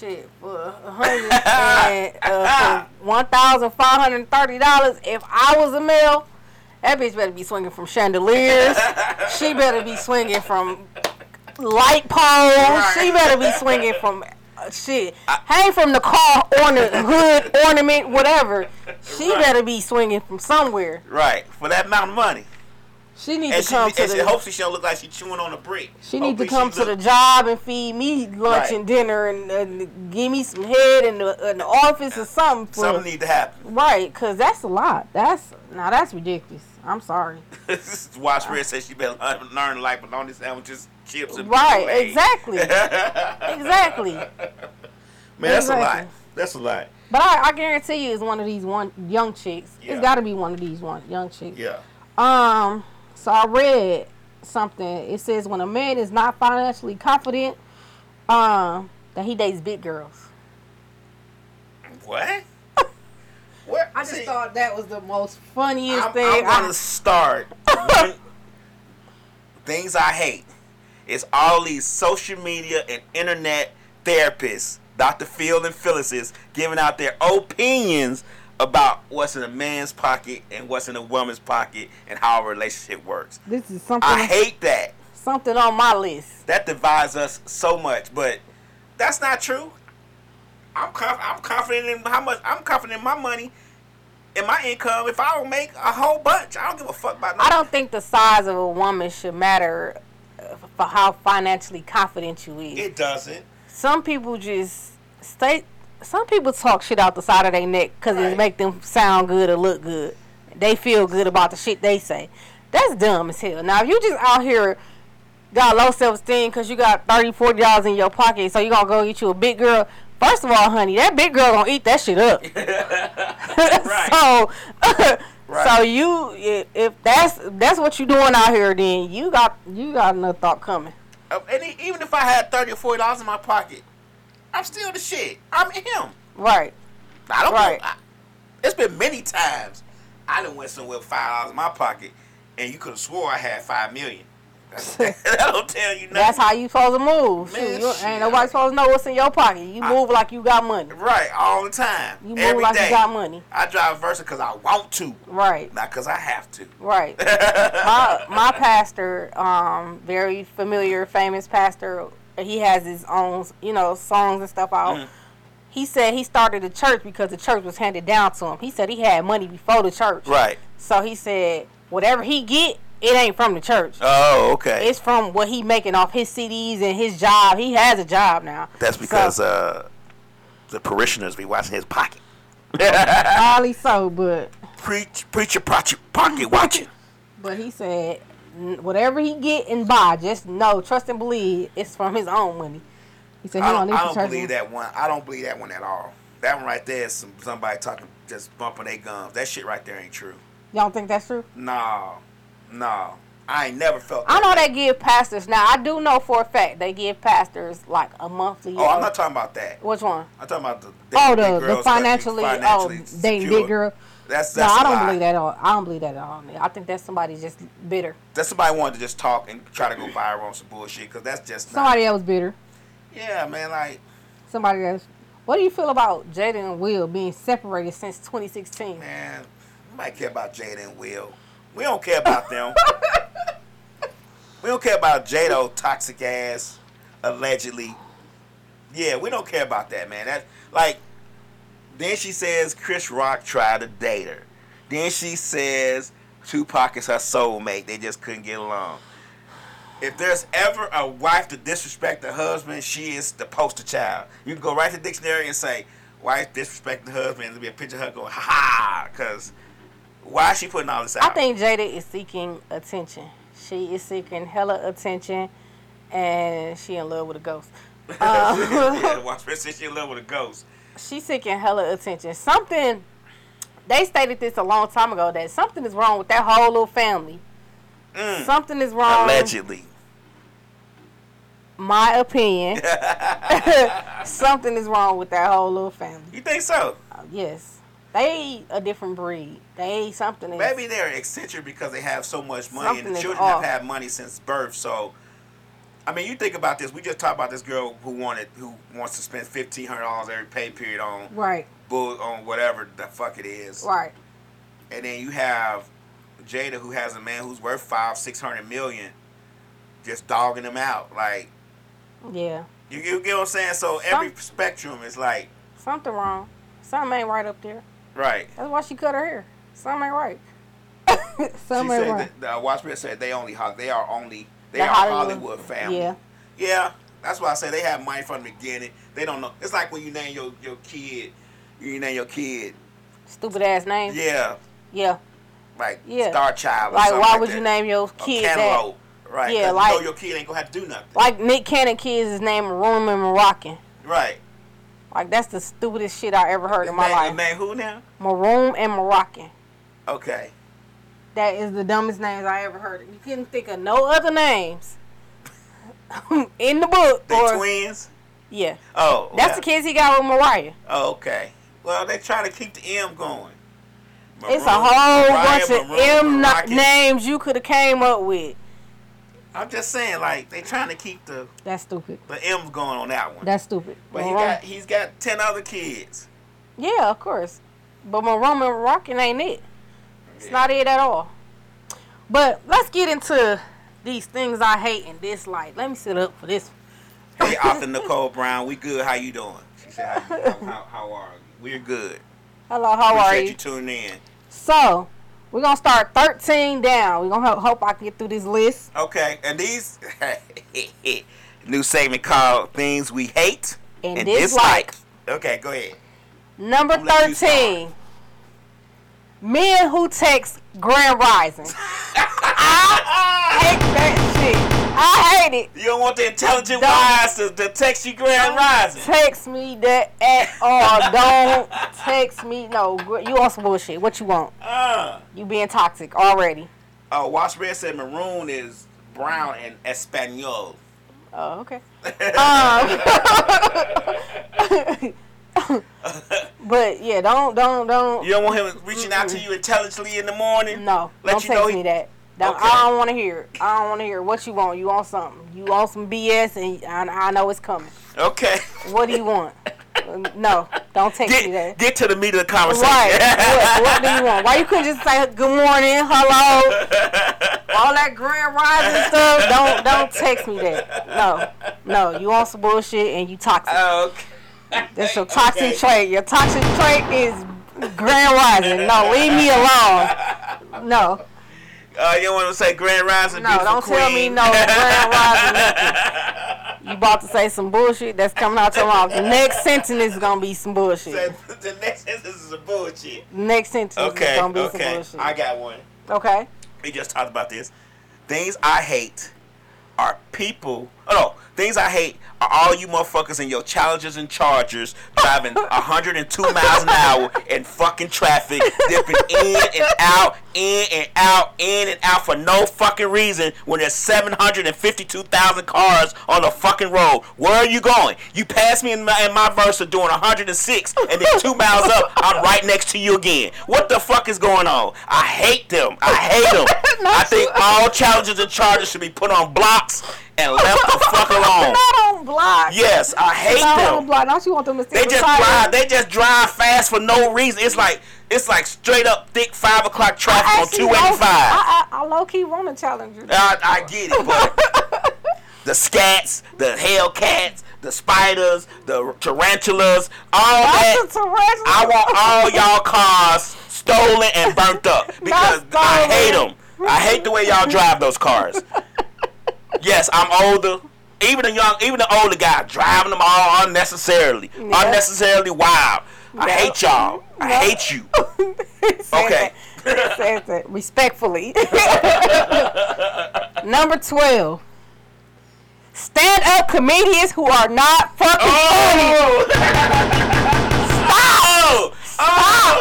[SPEAKER 3] Shit, for a hundred and uh, one thousand five hundred and thirty dollars. If I was a male, that bitch better be swinging from chandeliers. she better be swinging from light poles. She better be swinging from uh, shit, hang from the car on the hood ornament, whatever. She
[SPEAKER 4] Right.
[SPEAKER 3] better be swinging from somewhere.
[SPEAKER 4] right for that amount of money.
[SPEAKER 3] She needs
[SPEAKER 4] And
[SPEAKER 3] to
[SPEAKER 4] she,
[SPEAKER 3] come
[SPEAKER 4] and
[SPEAKER 3] to
[SPEAKER 4] she,
[SPEAKER 3] the.
[SPEAKER 4] hopefully she don't look like she chewing on a brick.
[SPEAKER 3] She need to
[SPEAKER 4] Hopefully
[SPEAKER 3] come to
[SPEAKER 4] look-
[SPEAKER 3] the job and feed me lunch
[SPEAKER 4] Right.
[SPEAKER 3] and dinner and, and give me some head in the, in the office or something. For,
[SPEAKER 4] Something need to happen.
[SPEAKER 3] Right, cause that's a lot. That's now that's ridiculous. I'm sorry.
[SPEAKER 4] this is why Spread says she better learn- learn to like bologna sandwiches, chips, and
[SPEAKER 3] Right,
[SPEAKER 4] Kool-Aid.
[SPEAKER 3] exactly, exactly.
[SPEAKER 4] Man, that's a
[SPEAKER 3] exactly.
[SPEAKER 4] lot. That's a lot.
[SPEAKER 3] But I, I guarantee you, it's one of these one young chicks.
[SPEAKER 4] Yeah.
[SPEAKER 3] It's got to be one of these one young chicks.
[SPEAKER 4] Yeah.
[SPEAKER 3] Um, so I read something. It says when a man is not financially confident, um, that he dates big girls.
[SPEAKER 4] What? what?
[SPEAKER 3] I just
[SPEAKER 4] See,
[SPEAKER 3] thought that was the most funniest
[SPEAKER 4] I'm,
[SPEAKER 3] thing.
[SPEAKER 4] I'm
[SPEAKER 3] I-
[SPEAKER 4] gonna start. one- things I hate. It's all these social media and internet therapists, Dr. Phil and Phyllis's, giving out their opinions about what's in a man's pocket and what's in a woman's pocket and how a relationship works.
[SPEAKER 3] this is something.
[SPEAKER 4] I hate that.
[SPEAKER 3] something on my list.
[SPEAKER 4] That divides us so much, but that's not true. I'm conf- I'm confident in how much I'm confident in my money and my income. If I don't make a whole bunch, I don't give a fuck about
[SPEAKER 3] I
[SPEAKER 4] nothing.
[SPEAKER 3] don't think the size of a woman should matter uh, for how financially confident you is.
[SPEAKER 4] It doesn't.
[SPEAKER 3] some people just stay. Some people talk shit out the side of their neck because
[SPEAKER 4] Right.
[SPEAKER 3] it make them sound good or look good. They feel good about the shit they say. That's dumb as hell. Now if you just out here got low self esteem because you got 30 dollars in your pocket, so you gonna go get you a big girl. First of all, honey, that big girl gonna eat that shit up. So,
[SPEAKER 4] Right.
[SPEAKER 3] so you i- if that's that's what you doing out here, then you got you got another thought coming.
[SPEAKER 4] Uh, And e- even if I had thirty or forty dollars in my pocket, I'm still the shit. I'm him.
[SPEAKER 3] Right.
[SPEAKER 4] I don't.
[SPEAKER 3] Right.
[SPEAKER 4] I- it's been many times I done went somewhere with five dollars in my pocket, and you could have swore I had five million. that don't tell you nothing.
[SPEAKER 3] That's how you supposed to move.
[SPEAKER 4] Man,
[SPEAKER 3] Shoot, you,
[SPEAKER 4] shit.
[SPEAKER 3] ain't nobody supposed to know what's in your pocket. You move like you got money.
[SPEAKER 4] Right, all the time.
[SPEAKER 3] You move
[SPEAKER 4] every
[SPEAKER 3] like
[SPEAKER 4] day.
[SPEAKER 3] you got money.
[SPEAKER 4] I drive Versa because I want to,
[SPEAKER 3] Right,
[SPEAKER 4] not because I have to.
[SPEAKER 3] right. my my pastor, um, very familiar, famous pastor. He has his own, you know, songs and stuff out.
[SPEAKER 4] Mm.
[SPEAKER 3] He said he started the church because the church was handed down to him. He said he had money before the church.
[SPEAKER 4] Right.
[SPEAKER 3] So he said whatever he get, it ain't from the church.
[SPEAKER 4] Oh, okay.
[SPEAKER 3] it's from what he making off his CDs and his job. He has a job now.
[SPEAKER 4] That's because
[SPEAKER 3] So,
[SPEAKER 4] uh, the parishioners be watching his pocket.
[SPEAKER 3] probably so, but
[SPEAKER 4] Preach, preacher, pocket, pocket watching.
[SPEAKER 3] But he said, "N- whatever he get and buy, just know, trust and believe, it's from his own money. He said he
[SPEAKER 4] I
[SPEAKER 3] don't,
[SPEAKER 4] don't,
[SPEAKER 3] need
[SPEAKER 4] I
[SPEAKER 3] to
[SPEAKER 4] don't
[SPEAKER 3] charge
[SPEAKER 4] believe
[SPEAKER 3] him.
[SPEAKER 4] that one. I don't believe that one at all. That one right there is some, somebody talking, just bumping their gums. That shit right there ain't true.
[SPEAKER 3] Y'all think that's true?
[SPEAKER 4] No, no. I ain't never felt.
[SPEAKER 3] I
[SPEAKER 4] that
[SPEAKER 3] know
[SPEAKER 4] way.
[SPEAKER 3] they give pastors now. I do know for a fact they give pastors like a monthly. uh,
[SPEAKER 4] Oh, I'm not talking about that.
[SPEAKER 3] Which one?
[SPEAKER 4] I'm talking about the.
[SPEAKER 3] Oh,
[SPEAKER 4] big
[SPEAKER 3] the,
[SPEAKER 4] girls
[SPEAKER 3] the
[SPEAKER 4] that be
[SPEAKER 3] financially,
[SPEAKER 4] financially
[SPEAKER 3] oh dating
[SPEAKER 4] secure.
[SPEAKER 3] big girl.
[SPEAKER 4] That's
[SPEAKER 3] No,
[SPEAKER 4] that's
[SPEAKER 3] I
[SPEAKER 4] a
[SPEAKER 3] don't
[SPEAKER 4] lie.
[SPEAKER 3] believe that at all. I don't believe that at all. I think that's somebody just bitter.
[SPEAKER 4] that somebody wanted to just talk and try to go viral on some bullshit because that's just not.
[SPEAKER 3] Somebody that was bitter.
[SPEAKER 4] Yeah, man, like
[SPEAKER 3] Somebody that's. What do you feel about Jada and Will being separated since 2016?
[SPEAKER 4] man, nobody care about Jada and Will. We don't care about them. we don't care about Jado toxic ass allegedly. Yeah, we don't care about that, man. That like then she says Chris Rock tried to date her. Then she says Tupac is her soulmate. They just couldn't get along. If there's ever a wife to disrespect the husband, she is the poster child. You can go right to the dictionary and say, wife disrespecting the husband, and there'll be a picture of her going, ha ha, because why is she putting all this out?
[SPEAKER 3] I think Jada is seeking attention. She is seeking hella attention, and she in love with a ghost.
[SPEAKER 4] yeah, watch her since she in love with a ghost.
[SPEAKER 3] She's seeking hella attention. Something they stated this a long time ago that something is wrong with that whole little family. Something is wrong.
[SPEAKER 4] Allegedly.
[SPEAKER 3] My opinion. Something is wrong with that whole little family.
[SPEAKER 4] You think so?
[SPEAKER 3] Yes. They a different breed. They something. Is,
[SPEAKER 4] Maybe they're eccentric because they have so much money,
[SPEAKER 3] Something
[SPEAKER 4] and the
[SPEAKER 3] is
[SPEAKER 4] children have
[SPEAKER 3] off.
[SPEAKER 4] had money since birth. So, I mean, you think about this. We just talked about this girl who wanted, who wants to spend fifteen hundred dollars every pay period on
[SPEAKER 3] Right.
[SPEAKER 4] bull on whatever the fuck it is,
[SPEAKER 3] Right.
[SPEAKER 4] and then you have Jada who has a man who's worth five, six hundred million, just dogging him out. Like
[SPEAKER 3] Yeah.
[SPEAKER 4] you, you get what I'm saying? So every
[SPEAKER 3] Some-
[SPEAKER 4] spectrum is like
[SPEAKER 3] Something wrong. Something ain't right up there.
[SPEAKER 4] right.
[SPEAKER 3] That's why she cut her hair. Something ain't right.
[SPEAKER 4] she
[SPEAKER 3] Something ain't
[SPEAKER 4] said
[SPEAKER 3] right.
[SPEAKER 4] that, the Watchman said they only Hol- they are only they
[SPEAKER 3] The
[SPEAKER 4] are
[SPEAKER 3] Hollywood-
[SPEAKER 4] Hollywood, family.
[SPEAKER 3] yeah.
[SPEAKER 4] Yeah, that's why I say they have money from the beginning. They don't know. It's like when you name your your kid, you name your kid.
[SPEAKER 3] Stupid ass name. Yeah.
[SPEAKER 4] Yeah, like
[SPEAKER 3] Yeah.
[SPEAKER 4] Star Child. Or
[SPEAKER 3] Like,
[SPEAKER 4] something
[SPEAKER 3] why would
[SPEAKER 4] that.
[SPEAKER 3] you name your
[SPEAKER 4] Or
[SPEAKER 3] kid that?
[SPEAKER 4] Cantaloupe, Right.
[SPEAKER 3] Yeah,
[SPEAKER 4] Yeah,
[SPEAKER 3] like-
[SPEAKER 4] you know your kid ain't gonna have to do nothing.
[SPEAKER 3] Like Nick Cannon kids is named Roman Moroccan.
[SPEAKER 4] right.
[SPEAKER 3] Like that's the stupidest shit I ever heard in my
[SPEAKER 4] name,
[SPEAKER 3] life.
[SPEAKER 4] name who now?
[SPEAKER 3] Maroon and Moroccan.
[SPEAKER 4] Okay.
[SPEAKER 3] That is the dumbest names I ever heard. You couldn't think of no other names in the book.
[SPEAKER 4] They
[SPEAKER 3] or,
[SPEAKER 4] twins.
[SPEAKER 3] Yeah.
[SPEAKER 4] Oh,
[SPEAKER 3] That's
[SPEAKER 4] yeah.
[SPEAKER 3] the kids he got with Mariah.
[SPEAKER 4] Oh, okay. Well, they try to keep the M going.
[SPEAKER 3] It's a
[SPEAKER 4] Maroon,
[SPEAKER 3] whole
[SPEAKER 4] Mariah,
[SPEAKER 3] bunch of
[SPEAKER 4] Maroon,
[SPEAKER 3] M na-
[SPEAKER 4] Rocket.
[SPEAKER 3] names you could have came up with.
[SPEAKER 4] I'm just saying, like they trying to keep the
[SPEAKER 3] That's stupid.
[SPEAKER 4] the M going on that one.
[SPEAKER 3] That's stupid.
[SPEAKER 4] but he
[SPEAKER 3] Maroon-
[SPEAKER 4] got he's got ten other kids.
[SPEAKER 3] yeah, of course. But Maroon and Moroccan ain't it. It's not it at all. But let's get into these things I hate and dislike. Let me sit up for this.
[SPEAKER 4] Hey, Arthur Nicole Brown, we good. How you doing? She said, How, you, how, how, how are you? We're good.
[SPEAKER 3] Hello, how are
[SPEAKER 4] Appreciate
[SPEAKER 3] you?
[SPEAKER 4] you tuning in.
[SPEAKER 3] So we're gonna start 13 down. We're gonna ho- hope I can get through this list.
[SPEAKER 4] Okay, and these new segment called "Things We Hate
[SPEAKER 3] And Dislike.
[SPEAKER 4] Okay, go ahead.
[SPEAKER 3] Number
[SPEAKER 4] I'ma let you
[SPEAKER 3] 13. Men who text Grand Rising. I hate that shit. I hate it.
[SPEAKER 4] You don't want the intelligent
[SPEAKER 3] Don't-
[SPEAKER 4] wise to, to text you grand rising.
[SPEAKER 3] Text me that at all. Don't text me. No, gr- you on some bullshit. What you want?
[SPEAKER 4] Uh,
[SPEAKER 3] You being toxic already.
[SPEAKER 4] uh, Watch Red said maroon is brown in Espanol.
[SPEAKER 3] Oh, okay. Um, but yeah, don't don't don't.
[SPEAKER 4] You don't want him reaching out to you intelligently in the morning.
[SPEAKER 3] No,
[SPEAKER 4] Let
[SPEAKER 3] don't
[SPEAKER 4] you
[SPEAKER 3] text
[SPEAKER 4] know
[SPEAKER 3] me
[SPEAKER 4] he-
[SPEAKER 3] that. Don't-
[SPEAKER 4] Okay.
[SPEAKER 3] I don't want to hear. it. I don't want to hear it. what you want. You want something. You want some BS, and I, I know it's coming.
[SPEAKER 4] Okay.
[SPEAKER 3] What do you want? no, don't text me that.
[SPEAKER 4] Get get to the meat of the conversation.
[SPEAKER 3] Right. what, what do you want? Why you couldn't just say good morning, hello, all that grand rising stuff? Don't don't text me that. No, no. You want some bullshit and you toxic.
[SPEAKER 4] Okay.
[SPEAKER 3] That's your toxic
[SPEAKER 4] okay.
[SPEAKER 3] trait. Your toxic trait is grand rising. No, leave me alone. No,
[SPEAKER 4] Uh, you don't want to say Grand Rising.
[SPEAKER 3] no.
[SPEAKER 4] beautiful
[SPEAKER 3] Don't tell me
[SPEAKER 4] queen.
[SPEAKER 3] no grand rising. Nothing. You about to say some bullshit that's coming out your mouth. The next sentence is gonna be some bullshit.
[SPEAKER 4] the next sentence is a bullshit.
[SPEAKER 3] Next sentence is
[SPEAKER 4] Okay,
[SPEAKER 3] gonna be some
[SPEAKER 4] okay.
[SPEAKER 3] bullshit.
[SPEAKER 4] I got one.
[SPEAKER 3] okay.
[SPEAKER 4] We just talked about this. Things I hate are people. Oh no, things I hate are all you motherfuckers and your Challengers and Chargers driving 102 miles an hour in fucking traffic, dipping in and out, in and out, in and out for no fucking reason. When there's 752,000 cars on the fucking road, where are you going? You pass me in my, in my Versa doing 106, and then two miles up, I'm right next to you again. What the fuck is going on? I hate them. I hate them. I think all challenges and charges should be put on blocks and left the fuck alone.
[SPEAKER 3] not on block.
[SPEAKER 4] Yes, I
[SPEAKER 3] not
[SPEAKER 4] hate
[SPEAKER 3] on
[SPEAKER 4] them.
[SPEAKER 3] block. Don't you want them to
[SPEAKER 4] They just drive. They just drive fast for no reason. It's like it's like straight up thick five o'clock traffic on two Uh, eighty five.
[SPEAKER 3] I, I, I low key want to challenge you.
[SPEAKER 4] I, I get it, but the scats, the hellcats, the spiders, the tarantulas, all
[SPEAKER 3] That's a
[SPEAKER 4] that.
[SPEAKER 3] tarantula.
[SPEAKER 4] I want all y'all cars stolen and burnt up because I hate
[SPEAKER 3] stolen.
[SPEAKER 4] them. I hate the way y'all drive those cars. Yes, I'm older. Even the young, even the older guy driving them all unnecessarily, unnecessarily wild. I
[SPEAKER 3] Yeah.
[SPEAKER 4] hate y'all. I
[SPEAKER 3] Yeah.
[SPEAKER 4] hate you.
[SPEAKER 3] Said
[SPEAKER 4] Okay.
[SPEAKER 3] that- said that respectfully. Number twelve. Stand up comedians who are not fucking funny.
[SPEAKER 4] Oh! Stop! Oh!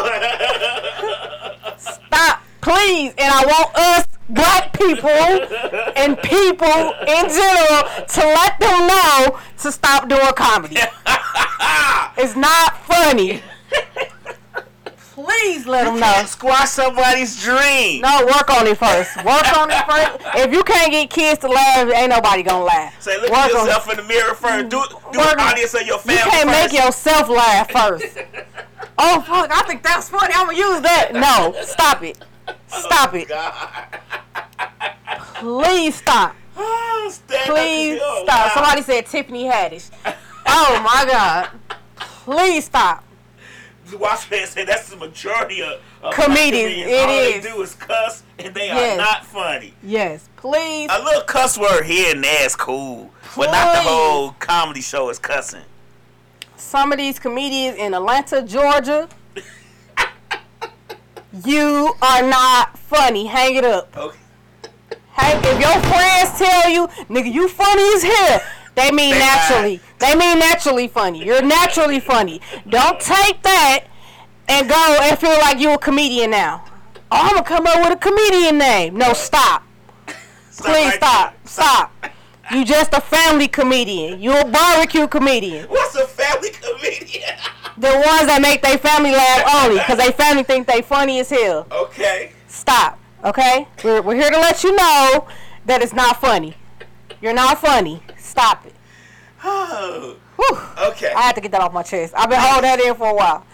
[SPEAKER 3] Stop, please. And I want us black people and people in general to let them know to stop doing comedy. it's not funny. Please let them know.
[SPEAKER 4] Can't squash somebody's dream.
[SPEAKER 3] No, work on it first. Work on it first. If you can't get kids to laugh, ain't nobody gonna laugh.
[SPEAKER 4] Say, look
[SPEAKER 3] work
[SPEAKER 4] at
[SPEAKER 3] on
[SPEAKER 4] yourself in the mirror first. Do, do
[SPEAKER 3] Work
[SPEAKER 4] an
[SPEAKER 3] on-
[SPEAKER 4] audience of your
[SPEAKER 3] You
[SPEAKER 4] family
[SPEAKER 3] can't
[SPEAKER 4] first.
[SPEAKER 3] make yourself laugh first. oh fuck! I think that's funny. I'm gonna use that. No, stop it. Stop it. Please stop.
[SPEAKER 4] Ah, stand up
[SPEAKER 3] Please
[SPEAKER 4] 'cause you're
[SPEAKER 3] stop.
[SPEAKER 4] wild.
[SPEAKER 3] Somebody said Tiffany Haddish. Oh my god. Please stop.
[SPEAKER 4] Watch that say that's the majority of, of
[SPEAKER 3] Comedians,
[SPEAKER 4] black
[SPEAKER 3] it
[SPEAKER 4] All
[SPEAKER 3] is.
[SPEAKER 4] they do is cuss, and they
[SPEAKER 3] Yes.
[SPEAKER 4] are not funny.
[SPEAKER 3] Yes, please.
[SPEAKER 4] A little cuss word here and there is cool, but not the
[SPEAKER 3] Please.
[SPEAKER 4] whole comedy show is cussing.
[SPEAKER 3] Some of these comedians in Atlanta, Georgia. You are not funny. Hang it up.
[SPEAKER 4] Okay.
[SPEAKER 3] Hey, if your friends tell you, nigga, you funny as hell, they mean
[SPEAKER 4] They
[SPEAKER 3] naturally. They mean naturally funny. You're naturally funny. Don't take that and go and feel like you're a comedian now. Oh, I'm gonna come up with a comedian name. No, stop. Please
[SPEAKER 4] right
[SPEAKER 3] stop.
[SPEAKER 4] there.
[SPEAKER 3] Stop. You just a family comedian. You a barbecue comedian.
[SPEAKER 4] What's a family comedian?
[SPEAKER 3] The ones that make their family laugh only, cause they family think they funny as hell.
[SPEAKER 4] okay.
[SPEAKER 3] Stop. Okay? We're, we're here to let you know that it's not funny. You're not funny. Stop it.
[SPEAKER 4] Oh,
[SPEAKER 3] Whew.
[SPEAKER 4] okay.
[SPEAKER 3] I had to get that off my chest. I've been holding that in for a while.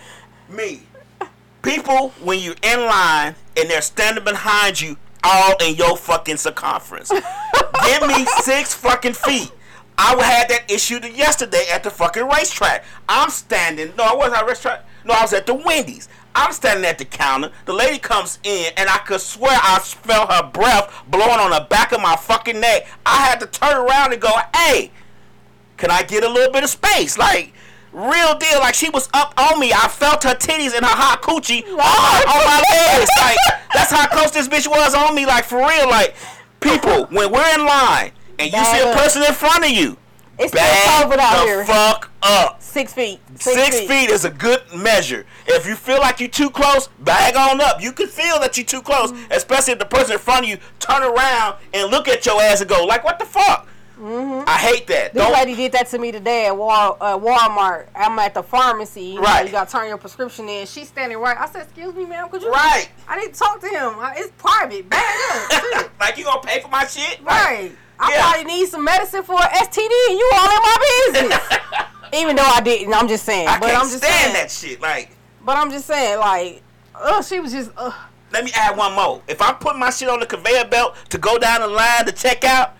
[SPEAKER 4] Me. People, when you're in line and they're standing behind you, all in your fucking circumference. Give me six fucking feet. I would had that issue the- yesterday at the fucking racetrack. I'm standing. No, I wasn't at the racetrack. No, I was at the Wendy's. I'm standing at the counter. The lady comes in, and I could swear I smell her breath blowing on the back of my fucking neck. I had to turn around and go, "Hey, can I get a little bit of space? Like, real deal. Like, she was up on me. I felt her titties and her hot coochie on, on my legs. Like, that's how close this bitch was on me. Like, for real. Like, people, when we're in line and you see a person in front of you,
[SPEAKER 3] It's still
[SPEAKER 4] back
[SPEAKER 3] COVID out
[SPEAKER 4] the
[SPEAKER 3] here.
[SPEAKER 4] fuck up.
[SPEAKER 3] Six feet. Six,
[SPEAKER 4] Six, feet. is a good measure. If you feel like you're too close, bag on up. You can feel that you're too close, especially if the person in front of you turn around and look at your ass and go, like, what the fuck? I hate that.
[SPEAKER 3] This
[SPEAKER 4] Don't
[SPEAKER 3] lady did that to me today at Wal- uh, Walmart. I'm at the pharmacy. You know,
[SPEAKER 4] Right.
[SPEAKER 3] you got to turn your prescription in. She's standing right. I said, excuse me, ma'am. Could you?
[SPEAKER 4] Right.
[SPEAKER 3] I didn't talk to him. I- It's private. Bad shit.
[SPEAKER 4] like you gonna pay for my shit?
[SPEAKER 3] Right. I
[SPEAKER 4] Yeah.
[SPEAKER 3] probably need some medicine for an STD. You all in my business. Even though I didn't, I'm just saying.
[SPEAKER 4] I
[SPEAKER 3] but
[SPEAKER 4] can't
[SPEAKER 3] I'm just
[SPEAKER 4] stand
[SPEAKER 3] saying.
[SPEAKER 4] that shit. Like,
[SPEAKER 3] But I'm just saying, like, oh, she was just, uh,
[SPEAKER 4] let me add one more. If I'm putting my shit on the conveyor belt to go down the line to check out,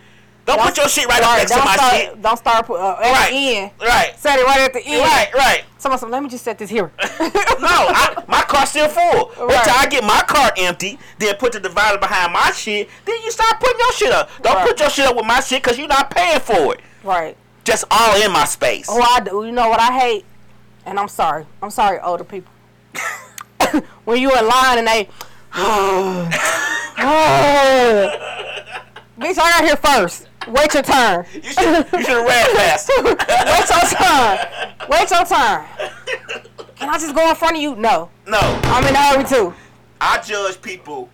[SPEAKER 4] don't, put your shit right up next to
[SPEAKER 3] don't
[SPEAKER 4] my
[SPEAKER 3] start,
[SPEAKER 4] shit.
[SPEAKER 3] Don't start put, uh, at
[SPEAKER 4] Right.
[SPEAKER 3] the end.
[SPEAKER 4] Right.
[SPEAKER 3] Set it right at the end.
[SPEAKER 4] Right, right.
[SPEAKER 3] Someone said, let me just set this here.
[SPEAKER 4] No, I, my car's still full. Wait till I
[SPEAKER 3] Right.
[SPEAKER 4] get my car empty, then put the divider behind my shit, then you start putting your shit up. Don't
[SPEAKER 3] Right.
[SPEAKER 4] put your shit up with my shit because you're not paying for it.
[SPEAKER 3] right.
[SPEAKER 4] Just all in my space.
[SPEAKER 3] Oh, I do. You know what I hate? And I'm sorry. I'm sorry, older people. when you in line and they, bitch, I got here first. Wait your turn.
[SPEAKER 4] You should have ran fast.
[SPEAKER 3] Wait your turn. Wait your turn. Can I just go in front of you? No.
[SPEAKER 4] no.
[SPEAKER 3] I'm in a hurry too.
[SPEAKER 4] I judge people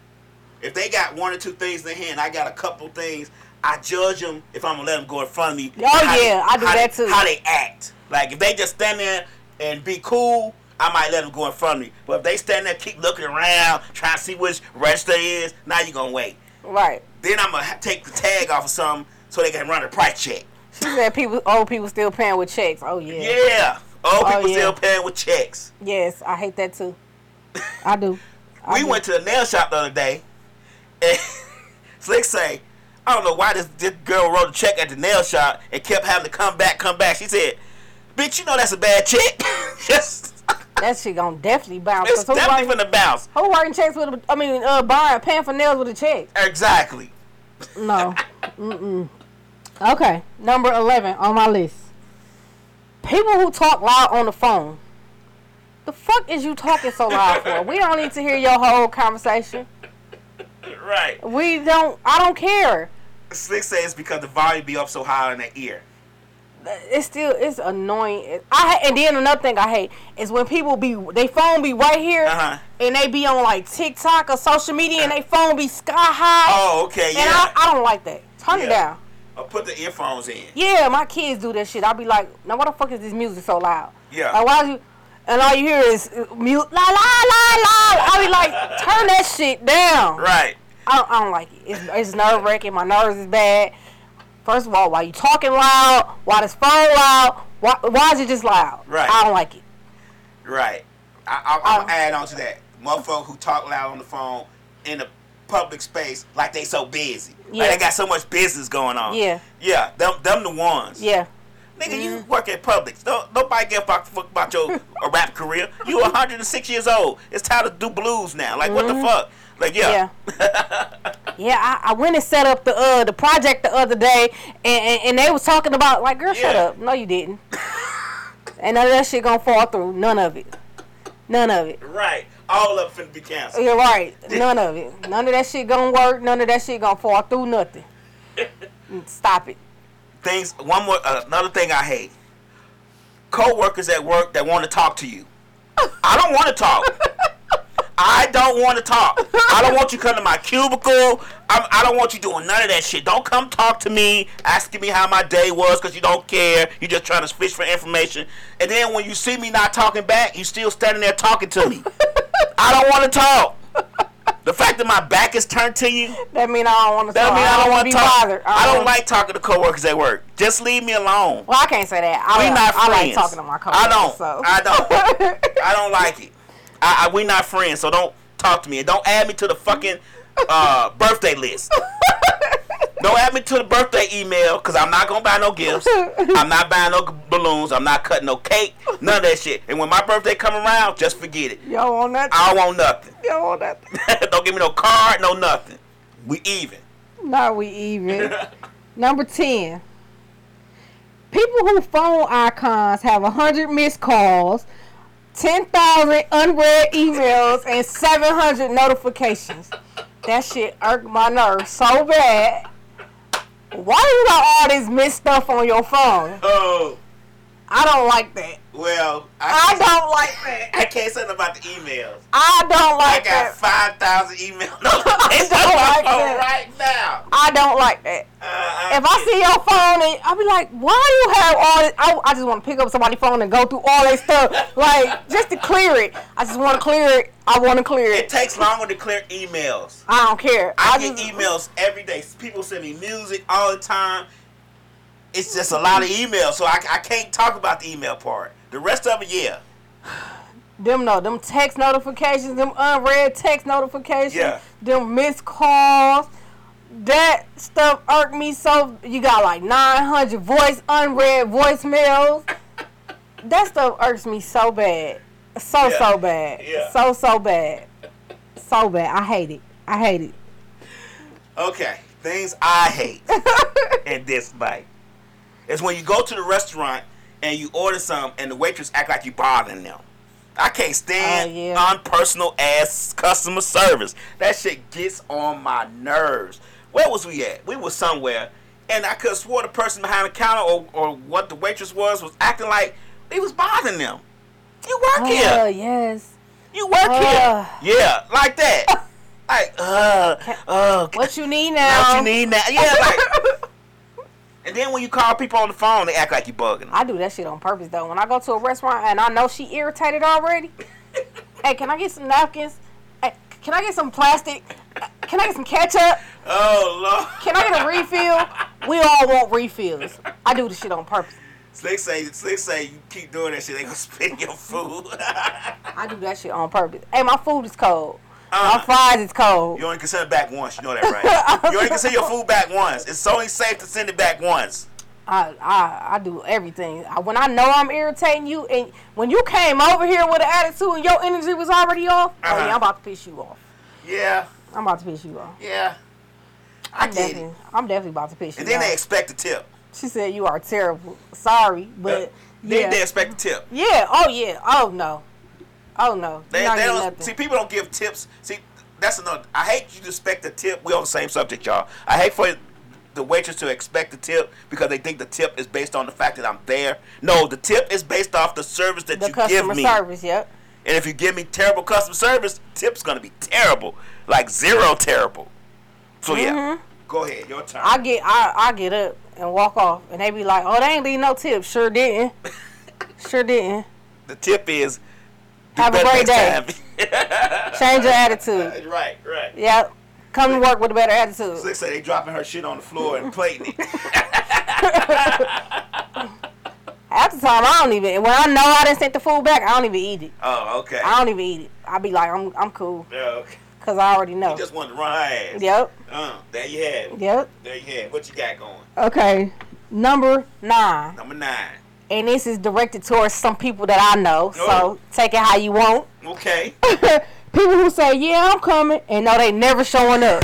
[SPEAKER 4] if they got one or two things in hand. I got a couple things. I judge them if I'm gonna let them go in front of me.
[SPEAKER 3] Oh, yeah, I do
[SPEAKER 4] how
[SPEAKER 3] that
[SPEAKER 4] they-
[SPEAKER 3] too.
[SPEAKER 4] How they act. Like if they just stand there and be cool, I might let them go in front of me. But if they stand there, keep looking around, trying to see which register is, now you gonna wait.
[SPEAKER 3] Right.
[SPEAKER 4] Then I'm gonna take the tag off of something so they can run a price check.
[SPEAKER 3] She said people, old people still paying with checks. Oh yeah.
[SPEAKER 4] Yeah. Old
[SPEAKER 3] Oh,
[SPEAKER 4] people
[SPEAKER 3] yeah.
[SPEAKER 4] still paying with checks.
[SPEAKER 3] Yes, I hate that too. I do. I
[SPEAKER 4] We
[SPEAKER 3] do.
[SPEAKER 4] went to the nail shop the other day, and Slick say, I don't know why this, this girl wrote a check at the nail shop and kept having to come back, come back. She said, Bitch, you know that's a bad check. Just,
[SPEAKER 3] That shit gonna definitely bounce.
[SPEAKER 4] it's
[SPEAKER 3] 'cause who
[SPEAKER 4] definitely
[SPEAKER 3] writing-
[SPEAKER 4] from the bounce.
[SPEAKER 3] Who writing checks with? A, I mean, uh, buying paying for nails with a check?
[SPEAKER 4] Exactly.
[SPEAKER 3] No. Mm-mm. Okay, number eleven on my list. People who talk loud on the phone. The fuck is you talking so loud for? We don't need to hear your whole conversation.
[SPEAKER 4] Right.
[SPEAKER 3] We don't. I don't care.
[SPEAKER 4] Slick says it's because the volume be up so high in their ear.
[SPEAKER 3] it's still it's annoying. It- I ha- and then another thing I hate is when people be they phone be right here
[SPEAKER 4] Uh-huh.
[SPEAKER 3] and they be on like TikTok or social media and they phone be sky high.
[SPEAKER 4] Oh, okay,
[SPEAKER 3] and
[SPEAKER 4] yeah.
[SPEAKER 3] I, I don't like that. Turn it
[SPEAKER 4] Yeah.
[SPEAKER 3] down.
[SPEAKER 4] Or put the earphones in.
[SPEAKER 3] Yeah, my kids do that shit. I'll be like, now why the fuck is this music so loud?
[SPEAKER 4] Yeah.
[SPEAKER 3] Like why is you? and all you hear is mute la la la la. I be like, turn that shit down.
[SPEAKER 4] Right.
[SPEAKER 3] I don't, I don't like it. It's, it's nerve wracking. My nerves is bad. First of all, why you talking loud? Why this phone loud? Why, why is it just loud?
[SPEAKER 4] Right.
[SPEAKER 3] I don't like it.
[SPEAKER 4] Right. I, I, I'm
[SPEAKER 3] Oh.
[SPEAKER 4] gonna add on to that. Motherfucker who talk loud on the phone in a public space like they so busy. Like
[SPEAKER 3] Yeah.
[SPEAKER 4] they got so much business going on.
[SPEAKER 3] Yeah.
[SPEAKER 4] Yeah. Them, them the ones.
[SPEAKER 3] Yeah. Mm-hmm.
[SPEAKER 4] Nigga, you work at Publix. No, nobody give a fuck, fuck about your a rap career. You 106 years old. It's time to do blues now. Like what the fuck? Like yeah.
[SPEAKER 3] Mm-hmm. Yeah. yeah, I, I went and set up the uh the project the other day, and, and, and they was talking about like, girl, shut
[SPEAKER 4] Yeah.
[SPEAKER 3] up. No, you didn't. and none of that shit gonna fall through. None of it. None of it.
[SPEAKER 4] Right. All up finna be canceled.
[SPEAKER 3] You're right. None of it. None of that shit gonna work. None of that shit gonna fall through. Nothing. Stop it.
[SPEAKER 4] Things. One more. uh, another thing I hate. Co-workers at work that want to talk to you. I don't want to talk. I don't want to talk. I don't want you coming to my cubicle. I'm, I don't want you doing none of that shit. Don't come talk to me asking me how my day was because you don't care. You're just trying to fish for information. And then when you see me not talking back, you still standing there talking to me. I don't want to talk. The fact that my back is turned to you,
[SPEAKER 3] That mean I don't want to.
[SPEAKER 4] that mean I don't want to
[SPEAKER 3] be
[SPEAKER 4] talk.
[SPEAKER 3] bothered.
[SPEAKER 4] I don't
[SPEAKER 3] wanna-
[SPEAKER 4] like talking to coworkers at work. Just leave me alone.
[SPEAKER 3] Well, I can't say that. I,
[SPEAKER 4] We
[SPEAKER 3] like-
[SPEAKER 4] not
[SPEAKER 3] I like
[SPEAKER 4] friends.
[SPEAKER 3] talking to my coworkers.
[SPEAKER 4] I don't.
[SPEAKER 3] So.
[SPEAKER 4] I don't. I don't like it. I, I we not friends, so don't talk to me and don't add me to the fucking uh, birthday list. don't add me to the birthday email because I'm not gonna buy no gifts. I'm not buying no balloons. I'm not cutting no cake. None of that shit. And when my birthday come around, just forget it.
[SPEAKER 3] Y'all want that?
[SPEAKER 4] I don't want nothing.
[SPEAKER 3] Y'all want that?
[SPEAKER 4] don't give me no card. No nothing. We even.
[SPEAKER 3] Not we even. Number ten. People who phone icons have hundred missed calls, ten thousand unread emails, and seven hundred notifications. That shit irked my nerves so bad. Why you got all this missed stuff on your phone?
[SPEAKER 4] Oh
[SPEAKER 3] I don't like that.
[SPEAKER 4] well.
[SPEAKER 3] I
[SPEAKER 4] I,
[SPEAKER 3] don't like that.
[SPEAKER 4] I can't say nothing about the emails.
[SPEAKER 3] I don't
[SPEAKER 4] I
[SPEAKER 3] like that.
[SPEAKER 4] got five thousand emails. No, it's on
[SPEAKER 3] Don't
[SPEAKER 4] my
[SPEAKER 3] like
[SPEAKER 4] phone
[SPEAKER 3] that.
[SPEAKER 4] right now.
[SPEAKER 3] I don't like that.
[SPEAKER 4] Uh,
[SPEAKER 3] If I see your phone, and I'll be like, why you have all this? I, I just want to pick up somebody's phone and go through all that stuff. Like, just to clear it. I just want to clear it. I want to clear
[SPEAKER 4] it
[SPEAKER 3] it.
[SPEAKER 4] takes longer to clear emails.
[SPEAKER 3] I don't care.
[SPEAKER 4] I, get
[SPEAKER 3] just,
[SPEAKER 4] emails every day. People send me music all the time. It's just a lot of emails, so I, I can't talk about the email part. The rest of it, yeah,
[SPEAKER 3] Them, no, them text notifications, them unread text notifications,
[SPEAKER 4] Yeah.
[SPEAKER 3] them missed calls. That stuff irked me so. You got like 900 voice, unread voicemails. that stuff irks me so bad. So,
[SPEAKER 4] Yeah.
[SPEAKER 3] so bad.
[SPEAKER 4] Yeah.
[SPEAKER 3] So, so bad. So bad. I hate it. I hate it.
[SPEAKER 4] okay. Things I hate and dislike is when you go to the restaurant and you order some, and the waitress act like you bothering them. I can't stand
[SPEAKER 3] Oh, yeah.
[SPEAKER 4] unpersonal ass customer service. That shit gets on my nerves. Where was we at? We was somewhere, and I could have swore the person behind the counter or, or what the waitress was was acting like it was bothering them. You work
[SPEAKER 3] Oh,
[SPEAKER 4] here.
[SPEAKER 3] yes.
[SPEAKER 4] You work
[SPEAKER 3] Ugh.
[SPEAKER 4] here. Yeah, like that. like, uh, uh,
[SPEAKER 3] What you need
[SPEAKER 4] what
[SPEAKER 3] now?
[SPEAKER 4] you need now? Yeah, like. and then when you call people on the phone, they act like you bugging them.
[SPEAKER 3] I do that shit on purpose though. When I go to a restaurant and I know she irritated already, hey, can I get some napkins? Hey, can I get some plastic? Can I get some ketchup?
[SPEAKER 4] Oh lord.
[SPEAKER 3] Can I get a refill? We all want refills. I do the shit on purpose.
[SPEAKER 4] Slick say, Slick say, you keep doing that shit, they gonna spit your food.
[SPEAKER 3] I do that shit on purpose. Hey, my food is cold.
[SPEAKER 4] Uh-uh.
[SPEAKER 3] My fries is cold.
[SPEAKER 4] you only can send it back once. You know that, right? you only can send your food back once. It's only safe to send it back once.
[SPEAKER 3] I, I I do everything. I, when I know I'm irritating you, and when you came over here with an attitude and your energy was already off,
[SPEAKER 4] Uh-huh.
[SPEAKER 3] oh yeah, I'm about to piss you off.
[SPEAKER 4] Yeah,
[SPEAKER 3] I'm about to piss you off.
[SPEAKER 4] yeah. I get it.
[SPEAKER 3] Definitely. I'm definitely about to piss you
[SPEAKER 4] And then
[SPEAKER 3] off.
[SPEAKER 4] they expect a tip.
[SPEAKER 3] She said you are terrible. Sorry, but
[SPEAKER 4] They,
[SPEAKER 3] yeah,
[SPEAKER 4] they expect a tip.
[SPEAKER 3] yeah. Oh yeah. Oh no. Oh no.
[SPEAKER 4] They,
[SPEAKER 3] You're not
[SPEAKER 4] they
[SPEAKER 3] getting
[SPEAKER 4] don't,
[SPEAKER 3] nothing.
[SPEAKER 4] see, people don't give tips. See, that's another. I hate you to expect a tip. We on the same subject, y'all. I hate for the waitress to expect a tip because they think the tip is based on the fact that I'm there. No, the tip is based off the service that
[SPEAKER 3] the
[SPEAKER 4] you give
[SPEAKER 3] customer
[SPEAKER 4] me.
[SPEAKER 3] service. Yep.
[SPEAKER 4] And if you give me terrible customer service, tip's gonna be terrible, like zero terrible. So yeah, go ahead, your turn.
[SPEAKER 3] Mm-hmm. I get I I get up and walk off, and they be like, "Oh, they ain't leave no tip. Sure didn't. sure didn't.
[SPEAKER 4] the tip is
[SPEAKER 3] Have a
[SPEAKER 4] better
[SPEAKER 3] great day.
[SPEAKER 4] next
[SPEAKER 3] Change your attitude.
[SPEAKER 4] time. right, right.
[SPEAKER 3] Yeah. Come to work with a better attitude.
[SPEAKER 4] Looks like they dropping her shit on the floor and plating it.
[SPEAKER 3] Half the time, I don't even. When I know I didn't sent the food back, I don't even eat it.
[SPEAKER 4] Oh, okay.
[SPEAKER 3] I don't even eat it. I be like, I'm, I'm cool,
[SPEAKER 4] Yeah, okay.
[SPEAKER 3] cause I already know.
[SPEAKER 4] Just wanted to run her ass.
[SPEAKER 3] Yep.
[SPEAKER 4] Uh, there you had it.
[SPEAKER 3] Yep.
[SPEAKER 4] There you had it. What you got going?
[SPEAKER 3] Okay. Number nine,
[SPEAKER 4] Number nine.
[SPEAKER 3] and this is directed towards some people that I know.
[SPEAKER 4] Oh.
[SPEAKER 3] So take it how you want.
[SPEAKER 4] Okay.
[SPEAKER 3] people who say, "Yeah, I'm coming," and no, they never showing up.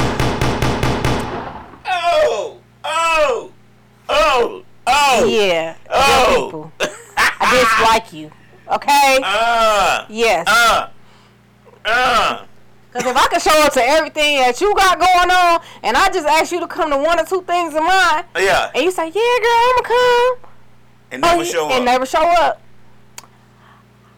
[SPEAKER 4] Oh, oh, oh, oh.
[SPEAKER 3] Yeah. them
[SPEAKER 4] Oh.
[SPEAKER 3] people. I dislike you. Okay.
[SPEAKER 4] Uh,
[SPEAKER 3] Yes.
[SPEAKER 4] uh, uh.
[SPEAKER 3] Cause if I could show up to everything that you got going on, and I just ask you to come to one or two things of mine,
[SPEAKER 4] Yeah.
[SPEAKER 3] and you say, "Yeah, girl, I'ma come,"
[SPEAKER 4] And never
[SPEAKER 3] Oh,
[SPEAKER 4] show up.
[SPEAKER 3] and never show up,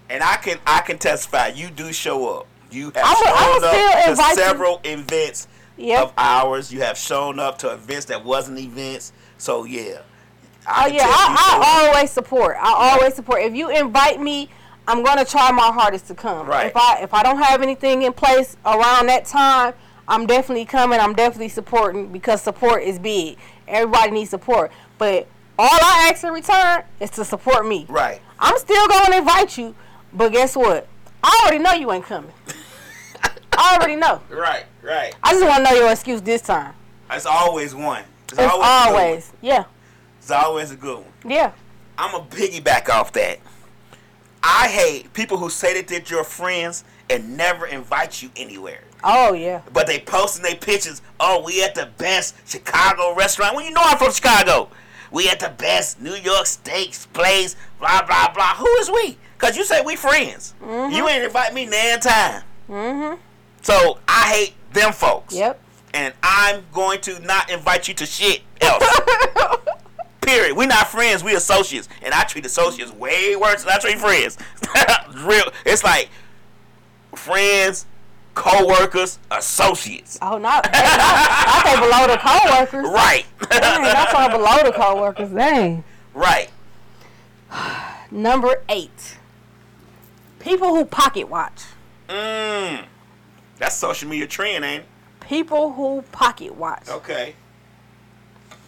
[SPEAKER 4] and I can I can testify, you do show up. You have
[SPEAKER 3] I'm a- I'm
[SPEAKER 4] shown
[SPEAKER 3] still
[SPEAKER 4] up to
[SPEAKER 3] inviting-
[SPEAKER 4] several events
[SPEAKER 3] Yep.
[SPEAKER 4] of ours. You have shown up to events that wasn't events. So yeah.
[SPEAKER 3] oh
[SPEAKER 4] can
[SPEAKER 3] yeah,
[SPEAKER 4] tell you show up.
[SPEAKER 3] I, I always support. I always support. If you invite me, I'm gonna try my hardest to come.
[SPEAKER 4] Right.
[SPEAKER 3] If I if I don't have anything in place around that time, I'm definitely coming. I'm definitely supporting because support is big. Everybody needs support, but all I ask in return is to support me.
[SPEAKER 4] Right.
[SPEAKER 3] I'm still gonna invite you, but guess what? I already know you ain't coming. I already know.
[SPEAKER 4] Right, right.
[SPEAKER 3] I just want to know your excuse this time.
[SPEAKER 4] It's always one. It's,
[SPEAKER 3] It's
[SPEAKER 4] always, a good one.
[SPEAKER 3] always, yeah,
[SPEAKER 4] It's always a good one.
[SPEAKER 3] yeah.
[SPEAKER 4] I'm a piggyback off that. I hate people who say that they're your friends and never invite you anywhere.
[SPEAKER 3] Oh yeah.
[SPEAKER 4] But they posting their pictures. Oh, we at the best Chicago restaurant. Well, you know I'm from Chicago. We at the best New York steaks place. Blah blah blah. Who is we? Cause you say we friends. You ain't invite me nan time. Mm-hmm. So I hate them folks.
[SPEAKER 3] Yep.
[SPEAKER 4] And I'm going to not invite you to shit else. Period. we not friends. We associates, and I treat associates way worse than I treat friends. Real. It's like friends, co-workers, associates.
[SPEAKER 3] Oh, not they- not, not they below the coworkers.
[SPEAKER 4] Right.
[SPEAKER 3] Dang, not talking below the coworkers. Dang.
[SPEAKER 4] right.
[SPEAKER 3] Number eight. People who pocket watch.
[SPEAKER 4] Mm. That's social media trend, ain't it?
[SPEAKER 3] People who pocket watch.
[SPEAKER 4] Okay.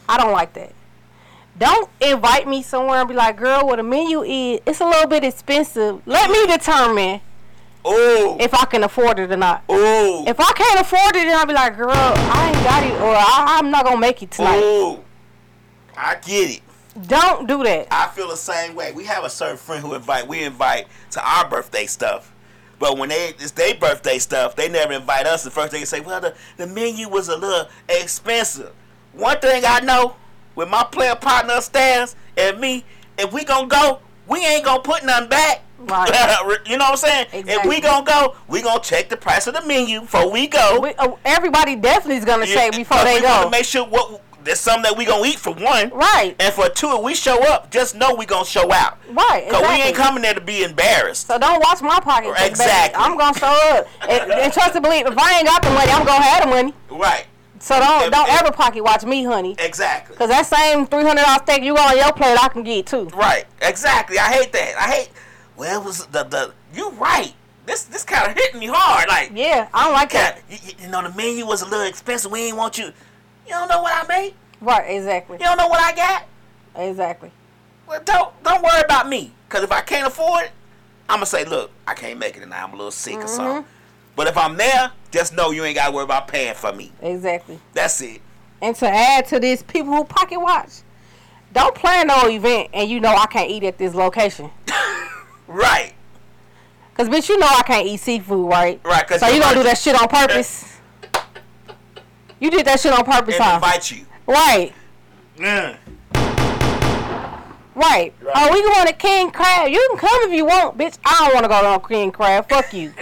[SPEAKER 3] I don't like that. Don't invite me somewhere and be like, girl, what the menu is, it's a little bit expensive. Let me determine
[SPEAKER 4] Ooh.
[SPEAKER 3] if I can afford it or not.
[SPEAKER 4] ooh.
[SPEAKER 3] If I can't afford it, then I'll be like, girl, I ain't got it or I, I'm not going to make it tonight.
[SPEAKER 4] ooh. I get it.
[SPEAKER 3] Don't do that.
[SPEAKER 4] I feel the same way. We have a certain friend who invite we invite to our birthday stuff. But when they it's their birthday stuff, they never invite us. The first thing they say, well, the, the menu was a little expensive. One thing I know, with my player partner upstairs and me, if we gonna go, we ain't gonna put nothing back.
[SPEAKER 3] Right.
[SPEAKER 4] you know what I'm saying? If we
[SPEAKER 3] Exactly.
[SPEAKER 4] gonna go, we gonna check the price of the menu before we go.
[SPEAKER 3] We, oh, everybody definitely is going to check before
[SPEAKER 4] But
[SPEAKER 3] they
[SPEAKER 4] we wanna
[SPEAKER 3] go.
[SPEAKER 4] Make sure what there's something that we gonna eat for one.
[SPEAKER 3] Right.
[SPEAKER 4] And for two, if we show up, just know we gonna show out.
[SPEAKER 3] Right,
[SPEAKER 4] Cause we ain't
[SPEAKER 3] exactly.
[SPEAKER 4] coming there to be embarrassed.
[SPEAKER 3] So don't watch my pocket. 'cause, baby,
[SPEAKER 4] Exactly.
[SPEAKER 3] I'm gonna show up. And, and trust and believe, if I ain't got the money, I'm gonna have the money.
[SPEAKER 4] Right.
[SPEAKER 3] So don't
[SPEAKER 4] If-
[SPEAKER 3] don't
[SPEAKER 4] if-
[SPEAKER 3] ever pocket watch me, honey.
[SPEAKER 4] Exactly.
[SPEAKER 3] Cause that same three hundred dollar steak you got on your plate, I can get too.
[SPEAKER 4] Right. Exactly. I hate that. I hate. Well, it was the the. You right. This this kind of hit me hard. Like
[SPEAKER 3] Yeah, I don't like
[SPEAKER 4] God,
[SPEAKER 3] that.
[SPEAKER 4] you, you- you know the menu was a little expensive. We ain't want you. You don't know what I made.
[SPEAKER 3] Right, exactly,
[SPEAKER 4] You don't know what I got.
[SPEAKER 3] exactly.
[SPEAKER 4] Well, don't don't worry about me. Cause if I can't afford it, I'ma say, look, I can't make it tonight. I'm a little sick
[SPEAKER 3] Mm-hmm.
[SPEAKER 4] or something. But if I'm there, just know you ain't gotta worry about paying for me.
[SPEAKER 3] Exactly.
[SPEAKER 4] That's it.
[SPEAKER 3] And to add to this, people who pocket watch, don't plan no event and you know I can't eat at this location.
[SPEAKER 4] Right.
[SPEAKER 3] Cause bitch, you know I can't eat seafood, right?
[SPEAKER 4] Right, 'cause
[SPEAKER 3] So you gonna do
[SPEAKER 4] nobody-
[SPEAKER 3] that shit on purpose? You did that shit on purpose,
[SPEAKER 4] And
[SPEAKER 3] huh?
[SPEAKER 4] invite you.
[SPEAKER 3] Right.
[SPEAKER 4] Mm.
[SPEAKER 3] Right.
[SPEAKER 4] Right.
[SPEAKER 3] Oh, we going to King Crab. You can come if you want, bitch. I don't want to go to no King Crab. Fuck you.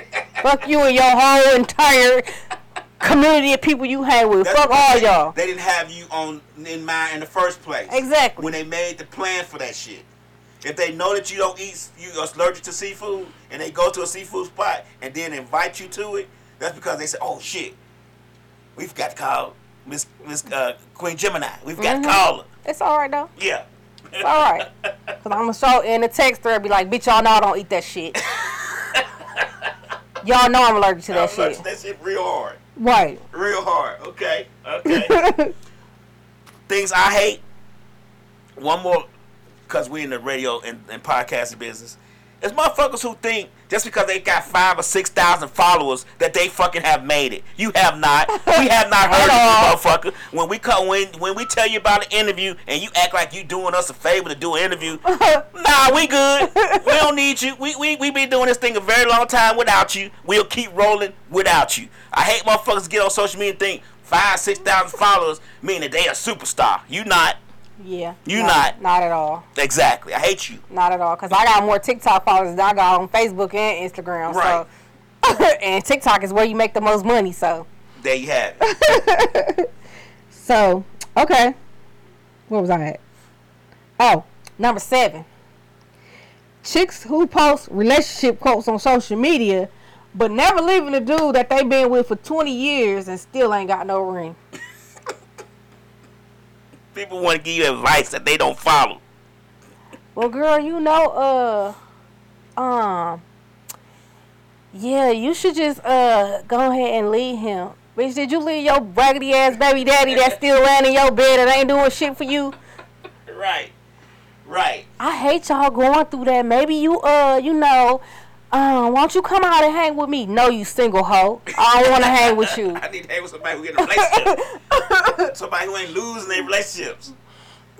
[SPEAKER 3] Fuck you and your whole entire community of people you hang with.
[SPEAKER 4] That's
[SPEAKER 3] Fuck
[SPEAKER 4] because
[SPEAKER 3] all
[SPEAKER 4] they-
[SPEAKER 3] y'all.
[SPEAKER 4] They didn't have you on in mind in the first place.
[SPEAKER 3] Exactly.
[SPEAKER 4] When they made the plan for that shit. If they know that you don't eat, you are allergic to seafood, and they go to a seafood spot and then invite you to it, that's because they say, "Oh shit, we've got to call Miss Miss uh, Queen Gemini. We've got
[SPEAKER 3] Mm-hmm.
[SPEAKER 4] to call her."
[SPEAKER 3] It's all right though.
[SPEAKER 4] Yeah.
[SPEAKER 3] It's all right. Cause I'ma show in the text thread be like, bitch, y'all know I don't eat that shit. Y'all know I'm allergic to that
[SPEAKER 4] I'm
[SPEAKER 3] shit.
[SPEAKER 4] allergic to that shit real hard.
[SPEAKER 3] Right.
[SPEAKER 4] Real hard. Okay. Okay. Things I hate. One more, because we in the radio and, and podcasting business. It's motherfuckers who think just because they got five or six thousand followers that they fucking have made it. You have not. We have not
[SPEAKER 3] At
[SPEAKER 4] heard of you, motherfucker. When we come, when when we tell you about an interview and you act like you doing us a favor to do an interview, nah, we good. We don't need you. We, we we been doing this thing a very long time without you. We'll keep rolling without you. I hate motherfuckers get on social media and think five six thousand followers mean that they a superstar. You not
[SPEAKER 3] Yeah.
[SPEAKER 4] You
[SPEAKER 3] No,
[SPEAKER 4] not.
[SPEAKER 3] Not at all.
[SPEAKER 4] exactly. I hate you.
[SPEAKER 3] Not at all. Cause I got more TikTok followers than I got on Facebook and Instagram.
[SPEAKER 4] Right.
[SPEAKER 3] So and TikTok is where you make the most money. So
[SPEAKER 4] There you have it.
[SPEAKER 3] so okay. Where was I at? Oh, number seven. Chicks who post relationship quotes on social media, but never leaving the dude that they been with for twenty years and still ain't got no ring.
[SPEAKER 4] People want to give you advice that they don't follow.
[SPEAKER 3] Well, girl, you know, uh, um, yeah, you should just uh go ahead and leave him, bitch. Did you leave your raggedy ass baby daddy that's still laying in your bed and ain't doing shit for you?
[SPEAKER 4] Right. Right.
[SPEAKER 3] I hate y'all going through that. Maybe you uh, you know, uh, won't you come out and hang with me? No, you single hoe. I don't want to hang with you.
[SPEAKER 4] I need to hang with somebody who in a relationship. somebody who ain't losing their relationships.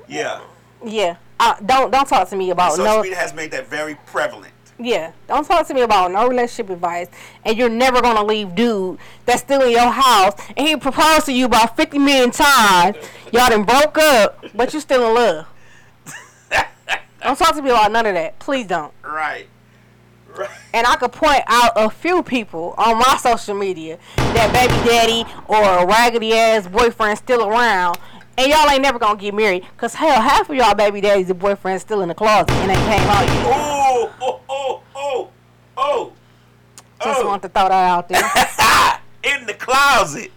[SPEAKER 4] Yeah.
[SPEAKER 3] Yeah, uh, don't don't talk to me about
[SPEAKER 4] Social
[SPEAKER 3] no.
[SPEAKER 4] media has made that very prevalent.
[SPEAKER 3] Yeah, don't talk to me about no relationship advice. And you're never gonna leave dude that's still in your house, and he proposed to you about 50 million times. Y'all done broke up, but you still in love. don't talk to me about none of that. Please don't.
[SPEAKER 4] Right. Right.
[SPEAKER 3] And I could point out a few people on my social media that baby daddy or a raggedy ass boyfriend still around, and y'all ain't never gonna get married. Cause hell, half of y'all baby daddies and boyfriends still in the closet and they came out yet.
[SPEAKER 4] Oh, oh, oh, oh, oh.
[SPEAKER 3] Just
[SPEAKER 4] oh.
[SPEAKER 3] want to throw that out there.
[SPEAKER 4] Ah, in the closet.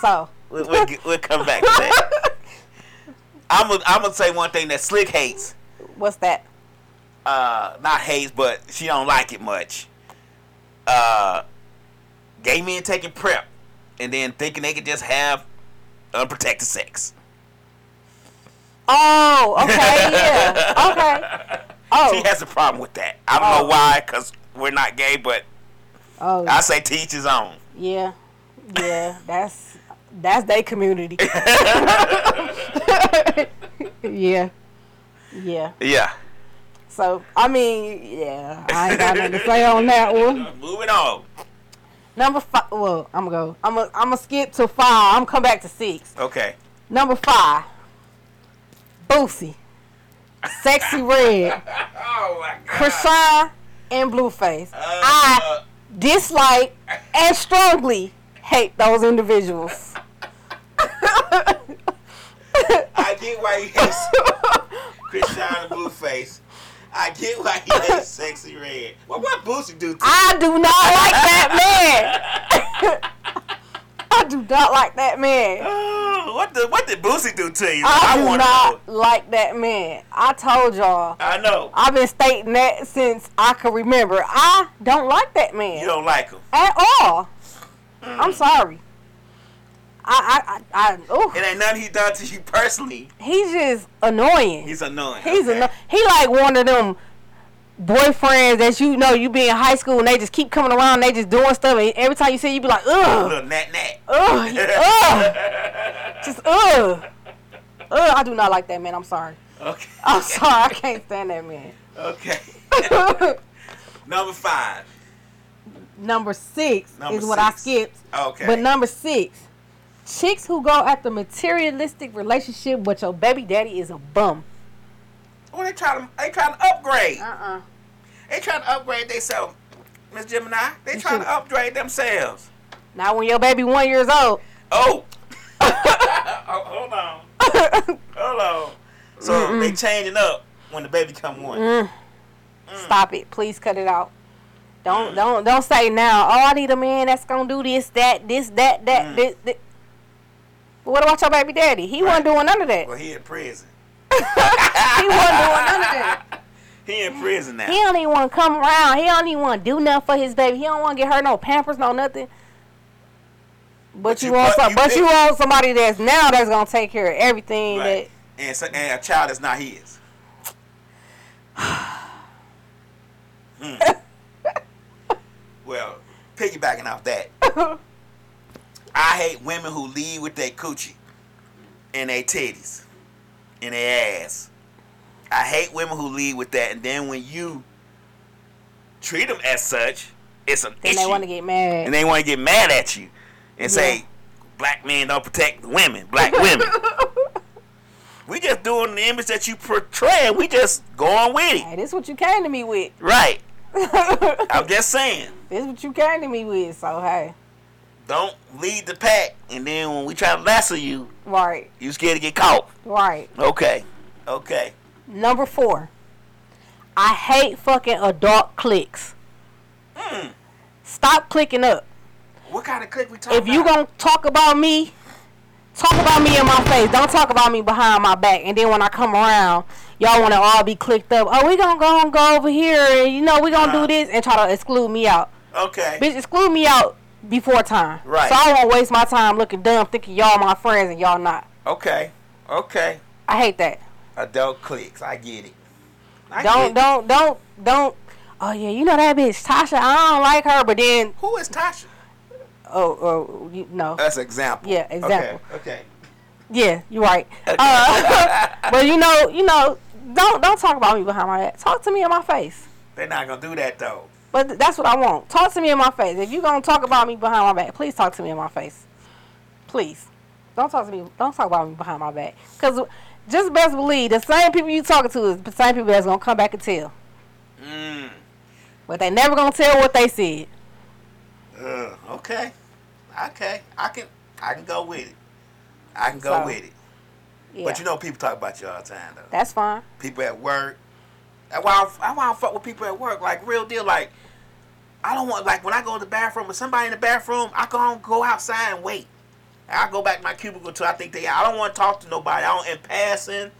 [SPEAKER 3] So.
[SPEAKER 4] We'll, we'll, get- we'll come back to that. I'm gonna I'm gonna say one thing that Slick hates.
[SPEAKER 3] What's that?
[SPEAKER 4] Uh, not hates, but she don't like it much. Uh, gay men taking prep and then thinking they could just have unprotected sex.
[SPEAKER 3] Oh, okay, yeah, okay.
[SPEAKER 4] She
[SPEAKER 3] Oh,
[SPEAKER 4] has a problem with that. I don't know
[SPEAKER 3] Oh.
[SPEAKER 4] why, cause we're not gay, but I
[SPEAKER 3] oh,
[SPEAKER 4] say teach his own.
[SPEAKER 3] yeah, yeah. That's that's their community. yeah, yeah.
[SPEAKER 4] Yeah.
[SPEAKER 3] So I mean, yeah, I ain't got nothing to say on that one.
[SPEAKER 4] Moving on.
[SPEAKER 3] Number five. Well, I'm gonna go. I'm gonna I'm gonna skip to five. I'm come back to six.
[SPEAKER 4] Okay.
[SPEAKER 3] Number five. Boosie, sexy red,
[SPEAKER 4] Oh my god.
[SPEAKER 3] Krishan, and Blueface. I dislike and strongly hate those individuals.
[SPEAKER 4] I get why he hates Krishan Blueface. I get why he hates Sexy Red. Well, what Boosie do to
[SPEAKER 3] I do not like that man. I do not like that man.
[SPEAKER 4] Oh, what the what did Boosie do to you?
[SPEAKER 3] I, do
[SPEAKER 4] wanna
[SPEAKER 3] not
[SPEAKER 4] know.
[SPEAKER 3] like that man. I told y'all.
[SPEAKER 4] I know.
[SPEAKER 3] I've been stating that since I can remember. I don't like that
[SPEAKER 4] You
[SPEAKER 3] man
[SPEAKER 4] don't like him.
[SPEAKER 3] at all. I'm sorry. I I I, I oh,
[SPEAKER 4] It ain't nothing he done to you personally.
[SPEAKER 3] he's just annoying.
[SPEAKER 4] He's annoying.
[SPEAKER 3] He's
[SPEAKER 4] okay?
[SPEAKER 3] a he like one of them boyfriends that you know you be in high school and they just keep coming around and they just doing stuff and every time you see it, you be like ugh
[SPEAKER 4] little nat nat.
[SPEAKER 3] ugh he- ugh just ugh ugh I do not like that man I'm sorry
[SPEAKER 4] Okay.
[SPEAKER 3] I'm sorry I can't stand that man
[SPEAKER 4] Okay. Number five.
[SPEAKER 3] number six
[SPEAKER 4] Number
[SPEAKER 3] is what I
[SPEAKER 4] six.
[SPEAKER 3] skipped
[SPEAKER 4] Okay.
[SPEAKER 3] but number six chicks who go after materialistic relationship but your baby daddy is a bum
[SPEAKER 4] Oh, they trying to they trying to upgrade.
[SPEAKER 3] uh-uh
[SPEAKER 4] They trying to upgrade themselves. Miss Gemini, they
[SPEAKER 3] You
[SPEAKER 4] trying to
[SPEAKER 3] should-
[SPEAKER 4] upgrade themselves.
[SPEAKER 3] now when your baby one years old
[SPEAKER 4] Oh. oh hold on. hold on. So they changing up when the baby come one.
[SPEAKER 3] Stop it. Please cut it out. Don't don't don't say now. Oh, I need a man that's gonna do this, that, this, that, that, this, thi-" What about your baby daddy? He wasn't
[SPEAKER 4] Right.
[SPEAKER 3] doing none of that.
[SPEAKER 4] Well, he in prison.
[SPEAKER 3] He wasn't doing none of that.
[SPEAKER 4] He in prison now.
[SPEAKER 3] He don't even want to come around. He don't even want to do nothing for his baby. He don't want to get her no pampers, no nothing. But, you, want some, but
[SPEAKER 4] pick-
[SPEAKER 3] you want somebody that's now that's gonna take care of everything
[SPEAKER 4] Right. And, so, and a child that's not his. Hmm. Well, piggybacking off that, I hate women who lead with their coochie and their titties and their ass. I hate women who lead with that, and then when you treat them as such, it's an
[SPEAKER 3] that and
[SPEAKER 4] issue
[SPEAKER 3] they want to get mad.
[SPEAKER 4] and they want to get mad at you and say black men don't protect women, black women. we just doing the image that you portray. We just going with it,
[SPEAKER 3] hey, this what you came to me with.
[SPEAKER 4] right? I'm just saying,
[SPEAKER 3] This what you came to me with. So hey,
[SPEAKER 4] don't lead the pack, and then when we try to lasso you,
[SPEAKER 3] right,
[SPEAKER 4] you scared to get caught.
[SPEAKER 3] right.
[SPEAKER 4] Okay, okay.
[SPEAKER 3] Number four, I hate fucking adult clicks. Stop clicking up.
[SPEAKER 4] What kind of clique we talking
[SPEAKER 3] If you
[SPEAKER 4] about?
[SPEAKER 3] gonna talk about me, talk about me in my face. Don't talk about me behind my back. And then when I come around, y'all wanna all be clicked up. Oh, we gonna go and go over here, and you know we gonna do
[SPEAKER 4] Uh-huh.
[SPEAKER 3] this, and try to exclude me out.
[SPEAKER 4] okay,
[SPEAKER 3] Bitch, exclude me out before time.
[SPEAKER 4] Right.
[SPEAKER 3] So I won't waste my time looking dumb, thinking y'all my friends and y'all not.
[SPEAKER 4] okay, okay.
[SPEAKER 3] I hate that.
[SPEAKER 4] Adult cliques, I get it. I
[SPEAKER 3] Don't
[SPEAKER 4] get it.
[SPEAKER 3] don't don't don't. Oh yeah, you know that bitch Tasha. I don't like her, but then
[SPEAKER 4] Who is Tasha?
[SPEAKER 3] oh oh you, no.
[SPEAKER 4] That's example.
[SPEAKER 3] Yeah, example.
[SPEAKER 4] Okay, okay.
[SPEAKER 3] Yeah, you're right. Uh, but you know, you know, don't don't talk about me behind my back. Talk to me in my face.
[SPEAKER 4] They're not gonna do that though.
[SPEAKER 3] But th- that's what I want. Talk to me in my face. If you gonna talk about me behind my back, please talk to me in my face. Please, don't talk to me. Don't talk about me behind my back. Cause just best believe the same people you talking to is the same people that's gonna come back and tell.
[SPEAKER 4] Mm.
[SPEAKER 3] But they never gonna tell what they said.
[SPEAKER 4] Uh, okay. Okay. I can I can go with it. I can go
[SPEAKER 3] So,
[SPEAKER 4] with it.
[SPEAKER 3] Yeah,
[SPEAKER 4] But you know people talk about you all the time though.
[SPEAKER 3] that's fine.
[SPEAKER 4] people at work. That's why I, that's why I don't fuck with people at work. Like real deal. Like I don't want like when I go to the bathroom with somebody in the bathroom, I go go outside and wait. I go back to my cubicle till I think they. I don't want to talk to nobody. I don't in passing.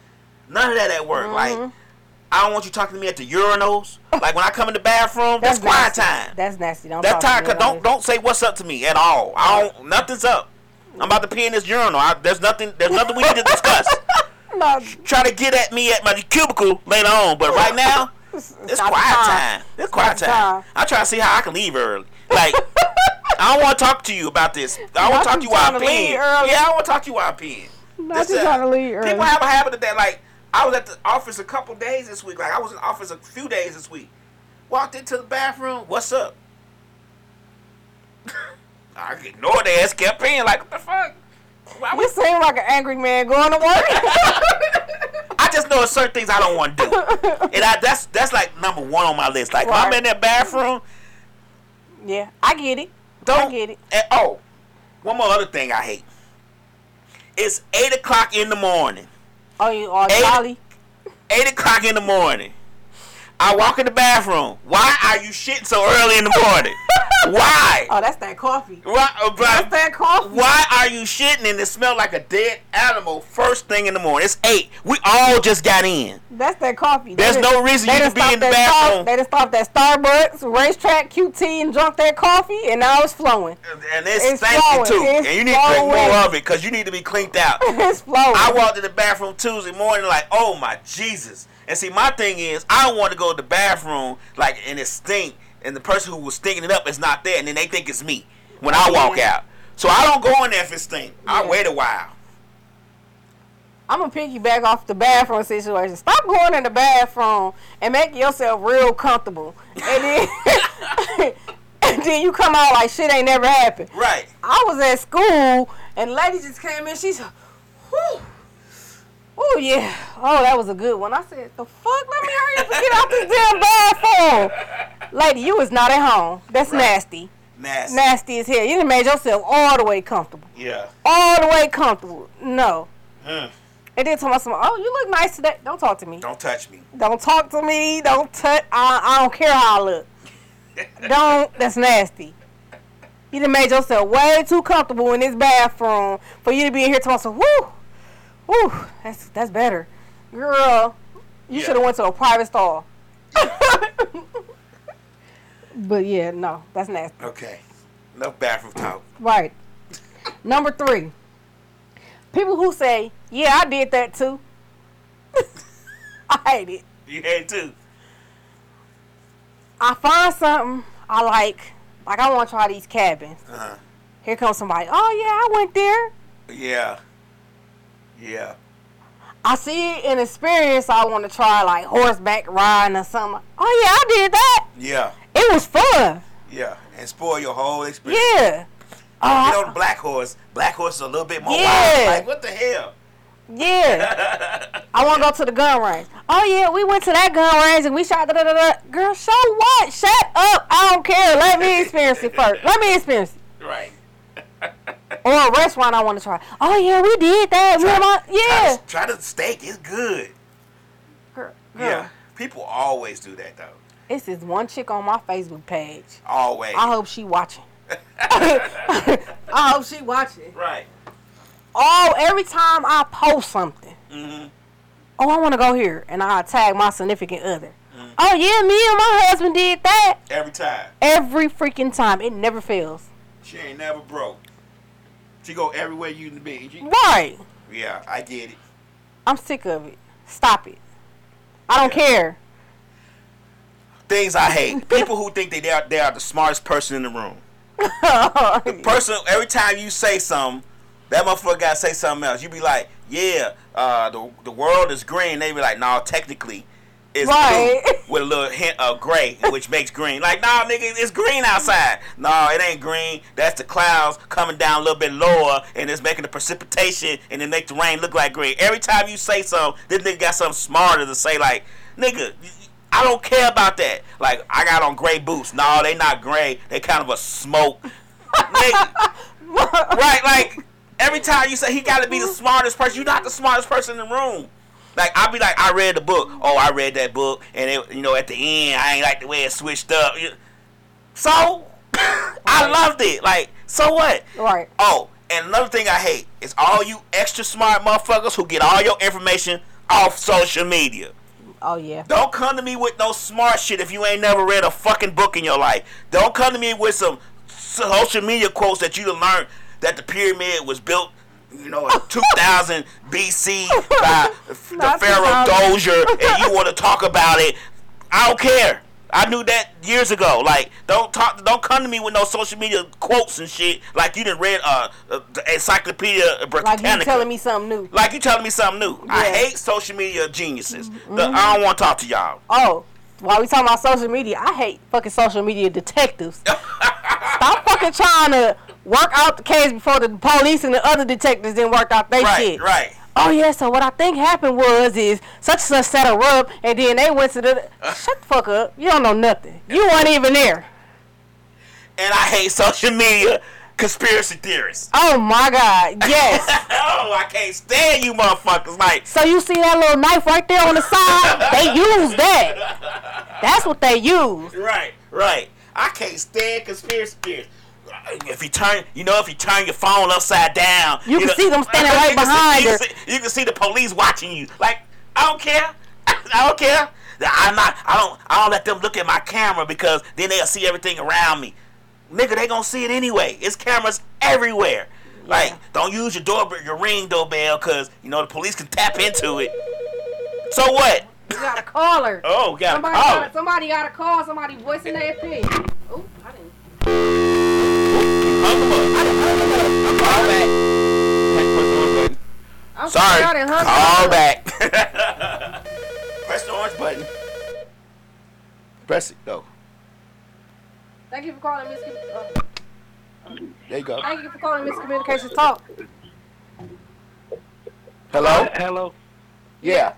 [SPEAKER 4] None of that at work. Like
[SPEAKER 3] Mm-hmm.
[SPEAKER 4] I don't want you talking to me at the urinals. like when I come in the bathroom, that's, quiet
[SPEAKER 3] nasty.
[SPEAKER 4] time.
[SPEAKER 3] That's nasty. Don't
[SPEAKER 4] That
[SPEAKER 3] talk
[SPEAKER 4] time,
[SPEAKER 3] to me
[SPEAKER 4] cause don't
[SPEAKER 3] about
[SPEAKER 4] don't say what's up to me at all. I don't. Nothing's up. I'm about to pee in this urinal. I, there's nothing. There's nothing we need to discuss.
[SPEAKER 3] it. No,
[SPEAKER 4] Try to get at me at my cubicle later on, but right now,
[SPEAKER 3] It's- it's
[SPEAKER 4] it's
[SPEAKER 3] not the
[SPEAKER 4] quiet
[SPEAKER 3] time.
[SPEAKER 4] time. It's quiet
[SPEAKER 3] not the
[SPEAKER 4] time.
[SPEAKER 3] time.
[SPEAKER 4] I try to see how I can leave early. Like I don't want to talk to you about this. I
[SPEAKER 3] Not
[SPEAKER 4] want to talk
[SPEAKER 3] you
[SPEAKER 4] to you while
[SPEAKER 3] trying
[SPEAKER 4] I'm
[SPEAKER 3] to leave
[SPEAKER 4] peeing.
[SPEAKER 3] early.
[SPEAKER 4] Yeah, I want to talk to you while I'm peeing.
[SPEAKER 3] Not
[SPEAKER 4] That's
[SPEAKER 3] you
[SPEAKER 4] it.
[SPEAKER 3] trying to leave early.
[SPEAKER 4] People have a habit of that. Like I was at the office a couple days this week. Like I was in the office a few days this week. Walked into the bathroom. What's up? I ignored their ass, kept peeing. Like what the fuck? Why
[SPEAKER 3] you
[SPEAKER 4] was-
[SPEAKER 3] seem like an angry man going to work.
[SPEAKER 4] I just know certain things I don't want to do, and I, that's that's like number one on my list. Like if I'm
[SPEAKER 3] Right.
[SPEAKER 4] in that bathroom,
[SPEAKER 3] yeah, I get it.
[SPEAKER 4] don't
[SPEAKER 3] I get it.
[SPEAKER 4] and- oh, one more other thing I hate. It's eight o'clock in the morning.
[SPEAKER 3] Oh, you all
[SPEAKER 4] Hey.
[SPEAKER 3] jolly?
[SPEAKER 4] Eight o'clock in the morning. I walk in the bathroom. Why are you shitting so early in the morning? Why?
[SPEAKER 3] Oh, that's that coffee.
[SPEAKER 4] Why, uh, bruh,
[SPEAKER 3] That's that coffee.
[SPEAKER 4] why are you shitting and it smell like a dead animal first thing in the morning? It's eight. We all just got in.
[SPEAKER 3] That's that coffee.
[SPEAKER 4] There's
[SPEAKER 3] They
[SPEAKER 4] no
[SPEAKER 3] done-
[SPEAKER 4] reason
[SPEAKER 3] they
[SPEAKER 4] you
[SPEAKER 3] done
[SPEAKER 4] to be in the
[SPEAKER 3] stopped that
[SPEAKER 4] bathroom.
[SPEAKER 3] Star- they done stopped at Starbucks, racetrack, QT, and drunk that coffee, and now it's flowing.
[SPEAKER 4] And it's,
[SPEAKER 3] It's
[SPEAKER 4] stinking
[SPEAKER 3] flowing.
[SPEAKER 4] too.
[SPEAKER 3] It's
[SPEAKER 4] and you need to drink more
[SPEAKER 3] flowing.
[SPEAKER 4] of it because you need to be cleaned out.
[SPEAKER 3] It's flowing.
[SPEAKER 4] I walked in the bathroom Tuesday morning like, oh my Jesus. And see, my thing is, I don't want to go to the bathroom like and it stink, and the person who was stinking it up is not there, and then they think it's me when I walk
[SPEAKER 3] Yeah.
[SPEAKER 4] out. So I don't go in there if it stink. I
[SPEAKER 3] Yeah.
[SPEAKER 4] wait a while.
[SPEAKER 3] I'm gonna piggyback off the bathroom situation. Stop going in the bathroom and making yourself real comfortable, and then and then you come out like shit ain't never happened.
[SPEAKER 4] Right.
[SPEAKER 3] I was at school and lady just came in. She's, whew. Oh yeah. Oh, that was a good one. I said, the fuck? Let me hurry up and get out this damn bathroom. Lady, you is not at home. That's
[SPEAKER 4] Right.
[SPEAKER 3] nasty.
[SPEAKER 4] Nasty.
[SPEAKER 3] Nasty as hell. You done made yourself all the way comfortable.
[SPEAKER 4] Yeah.
[SPEAKER 3] All the way comfortable. No.
[SPEAKER 4] Mm.
[SPEAKER 3] And then told some, oh, you look nice today. Don't talk to me.
[SPEAKER 4] Don't touch me.
[SPEAKER 3] Don't talk to me. Don't touch. I, I don't care how I look. Don't. That's nasty. You done made yourself way too comfortable in this bathroom for you to be in here talking. Woo, woo. That's that's better, girl. You
[SPEAKER 4] Yeah.
[SPEAKER 3] should have went to a private store. but yeah, no, that's nasty.
[SPEAKER 4] Okay. Enough bathroom talk.
[SPEAKER 3] Right. Number three. People who say, "Yeah, I did that too." I hate it.
[SPEAKER 4] You had too.
[SPEAKER 3] I find something I like. Like I want to try these cabins.
[SPEAKER 4] Uh-huh.
[SPEAKER 3] Here comes somebody. Oh yeah, I went there.
[SPEAKER 4] Yeah. Yeah.
[SPEAKER 3] I see it in experience. I want to try like horseback riding or something. Oh yeah, I did that.
[SPEAKER 4] Yeah.
[SPEAKER 3] It was fun.
[SPEAKER 4] Yeah. And spoil your whole experience.
[SPEAKER 3] Yeah.
[SPEAKER 4] You
[SPEAKER 3] Oh,
[SPEAKER 4] know the black horse. Black horse is a little bit more
[SPEAKER 3] Yeah.
[SPEAKER 4] wild. Like what the hell?
[SPEAKER 3] yeah. I want to go to the gun range. Oh yeah, we went to that gun range and we shot. Da, da, da, da. Girl, show what? Shut up. I don't care. Let me experience it first. Let me experience it.
[SPEAKER 4] right.
[SPEAKER 3] Or a restaurant I want to try. Oh yeah, we did that. We went on- yeah.
[SPEAKER 4] Try, try the steak. It's good.
[SPEAKER 3] Girl, girl.
[SPEAKER 4] Yeah. People always do that though.
[SPEAKER 3] This is one chick on my Facebook page.
[SPEAKER 4] Always.
[SPEAKER 3] I hope she watching. I hope she watching.
[SPEAKER 4] Right.
[SPEAKER 3] Oh, every time I post something, oh, I want to go here, and I tag my significant other. Oh yeah, me and my husband did that
[SPEAKER 4] Every time.
[SPEAKER 3] every freaking time. It never fails.
[SPEAKER 4] She ain't never broke. She go everywhere you can be. She-
[SPEAKER 3] Right?
[SPEAKER 4] Yeah, I get it.
[SPEAKER 3] I'm sick of it. Stop it. I don't
[SPEAKER 4] Yeah.
[SPEAKER 3] care.
[SPEAKER 4] Things I hate. People who think that they are they are the smartest person in the room. the person every time you say something, that motherfucker gotta say something else. You be like, yeah, uh, the the world is green. They be like, no, technically. It's
[SPEAKER 3] Right.
[SPEAKER 4] blue with a little hint of gray, which makes green. Like, nah, nigga, it's green outside. No, it ain't green. That's the clouds coming down a little bit lower, and it's making the precipitation, and it make the rain look like green. Every time you say something, this nigga got something smarter to say. Like, nigga, I don't care about that. Like, I got on gray boots. No, they not gray. They kind of a smoke. Nigga, right? Like every time you say he got to be the smartest person, you're not the smartest person in the room. Like I'll be like, I read the book. Oh, I read that book, and it, you know, at the end, I ain't like the way it switched up. You- So I loved it. Like so what?
[SPEAKER 3] Right.
[SPEAKER 4] Oh, and another thing I hate is all you extra smart motherfuckers who get all your information off social media.
[SPEAKER 3] Oh yeah.
[SPEAKER 4] Don't come to me with no smart shit if you ain't never read a fucking book in your life. Don't come to me with some social media quotes that you done learned that the pyramid was built, you know, in 2000 BC by the
[SPEAKER 3] Not
[SPEAKER 4] Pharaoh
[SPEAKER 3] 2000.
[SPEAKER 4] Dozier, and you want to talk about it. I don't care. I knew that years ago. Like, don't talk. Don't come to me with no social media quotes and shit. Like you done read uh, uh the Encyclopedia
[SPEAKER 3] Like
[SPEAKER 4] Britannica.
[SPEAKER 3] you telling me something new.
[SPEAKER 4] Like you telling me something new.
[SPEAKER 3] Yeah.
[SPEAKER 4] I
[SPEAKER 3] Mm-hmm.
[SPEAKER 4] hate social media geniuses. The, I don't want to talk to y'all.
[SPEAKER 3] Oh, while we talking about social media, I hate fucking social media detectives. Stop fucking trying to work out the case before the police and the other detectives didn't work out their
[SPEAKER 4] Right,
[SPEAKER 3] shit.
[SPEAKER 4] right.
[SPEAKER 3] Oh yeah, so what I think happened was is such and such set her up, and then they went to the
[SPEAKER 4] Uh.
[SPEAKER 3] shut the fuck up. You don't know nothing. You weren't even there.
[SPEAKER 4] And I hate social media conspiracy theorists.
[SPEAKER 3] Oh my god, yes.
[SPEAKER 4] oh, I can't stand you motherfuckers. Like,
[SPEAKER 3] so you see that little knife right there on the side? They use that. That's what they use.
[SPEAKER 4] right, right. I can't stand conspiracy theorists. If you turn, you know, if you turn your phone upside down,
[SPEAKER 3] You can
[SPEAKER 4] know-
[SPEAKER 3] see them standing
[SPEAKER 4] You
[SPEAKER 3] right
[SPEAKER 4] can see-
[SPEAKER 3] behind
[SPEAKER 4] you
[SPEAKER 3] her.
[SPEAKER 4] can see- You can see the police watching you. Like, I don't care. I don't care. I'm not. I don't. I don't let them look at my camera because then they'll see everything around me. Nigga, they gonna see it anyway. It's cameras everywhere. Like, don't use your doorbell, your ring doorbell, cause you know the police can tap into it. So what?
[SPEAKER 3] You gotta call her.
[SPEAKER 4] Oh, got
[SPEAKER 3] Somebody,
[SPEAKER 4] call.
[SPEAKER 3] gotta, somebody gotta call somebody voicing their opinion. Oop, I didn't.
[SPEAKER 4] Hung 'em up. I done hung 'em up. Call back. Press the orange button.
[SPEAKER 3] I'm
[SPEAKER 4] Sorry.
[SPEAKER 3] sorry, I done hung
[SPEAKER 4] Call
[SPEAKER 3] up.
[SPEAKER 4] back. Press the orange button. Press it. Go.
[SPEAKER 3] Thank you for calling Miss. Uh,
[SPEAKER 4] There you go.
[SPEAKER 3] thank you for calling Miss Communications Talk.
[SPEAKER 4] Hello?
[SPEAKER 2] Hello.
[SPEAKER 4] Yeah.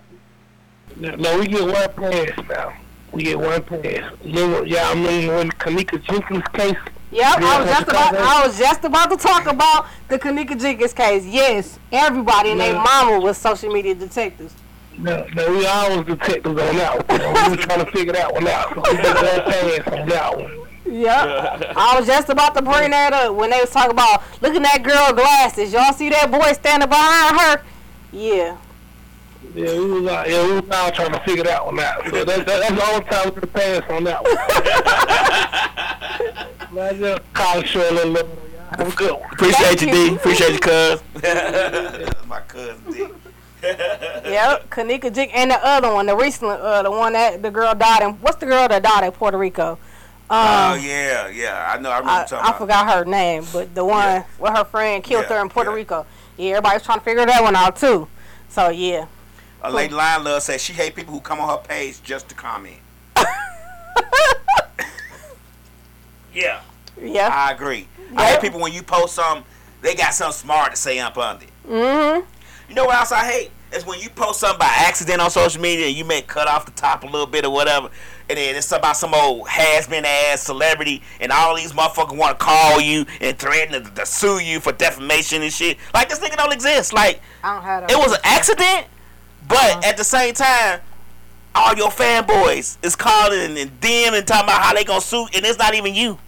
[SPEAKER 2] No, we get one pass now. We get one pass. Remember, y'all remember when Kanika Jenkins case?
[SPEAKER 3] Yep, I
[SPEAKER 2] Yeah,
[SPEAKER 3] was
[SPEAKER 2] that's
[SPEAKER 3] just about.
[SPEAKER 2] correct.
[SPEAKER 3] I was just about to talk about the Kanika Jenkins case. Yes, everybody and their
[SPEAKER 2] Yeah.
[SPEAKER 3] mama was social media detectives.
[SPEAKER 2] No, no, we all was detectives on that one. we were trying to figure that one out. So we got one pass on that one.
[SPEAKER 3] Yep, I was just about to bring that up when they was talking about look at that girl glasses. Y'all see that boy standing behind her? Yeah,
[SPEAKER 2] Yeah, we was out, yeah, we was out trying to figure that one out. So that, that, that's the only time we could pass on that one. Man, I just call it short a little bit. Have a good one.
[SPEAKER 5] Appreciate you,
[SPEAKER 3] Thank
[SPEAKER 5] D.
[SPEAKER 3] you.
[SPEAKER 5] Appreciate you, cuz.
[SPEAKER 4] My cousin D.
[SPEAKER 3] Yep, Kanika Jig and the other one, the recent uh, the one that the girl died in. What's the girl that died in Puerto Rico? Um,
[SPEAKER 4] Oh yeah, yeah. I know. I remember
[SPEAKER 3] I,
[SPEAKER 4] talking
[SPEAKER 3] I
[SPEAKER 4] about.
[SPEAKER 3] forgot her name, but the one
[SPEAKER 4] Yeah.
[SPEAKER 3] where her friend killed
[SPEAKER 4] Yeah,
[SPEAKER 3] her in Puerto
[SPEAKER 4] yeah.
[SPEAKER 3] Rico. Yeah, everybody's trying to figure that one out too. So yeah,
[SPEAKER 4] A lady line love says she hate people who come on her page just to comment. yeah,
[SPEAKER 3] yeah,
[SPEAKER 4] I agree. I hate people when you post something, they got something smart to say up under it.
[SPEAKER 3] mm-hmm.
[SPEAKER 4] You know what else I hate? It's when you post something by accident on social media and you may cut off the top a little bit or whatever, and then it's about some old has been ass celebrity, and all these motherfuckers want to call you and threaten to, to sue you for defamation and shit. Like, this nigga don't exist. Like,
[SPEAKER 3] I don't have
[SPEAKER 4] it was an accident, but at the same time, all your fanboys is calling and, and DMing and talking about how they gonna sue, and it's not even you.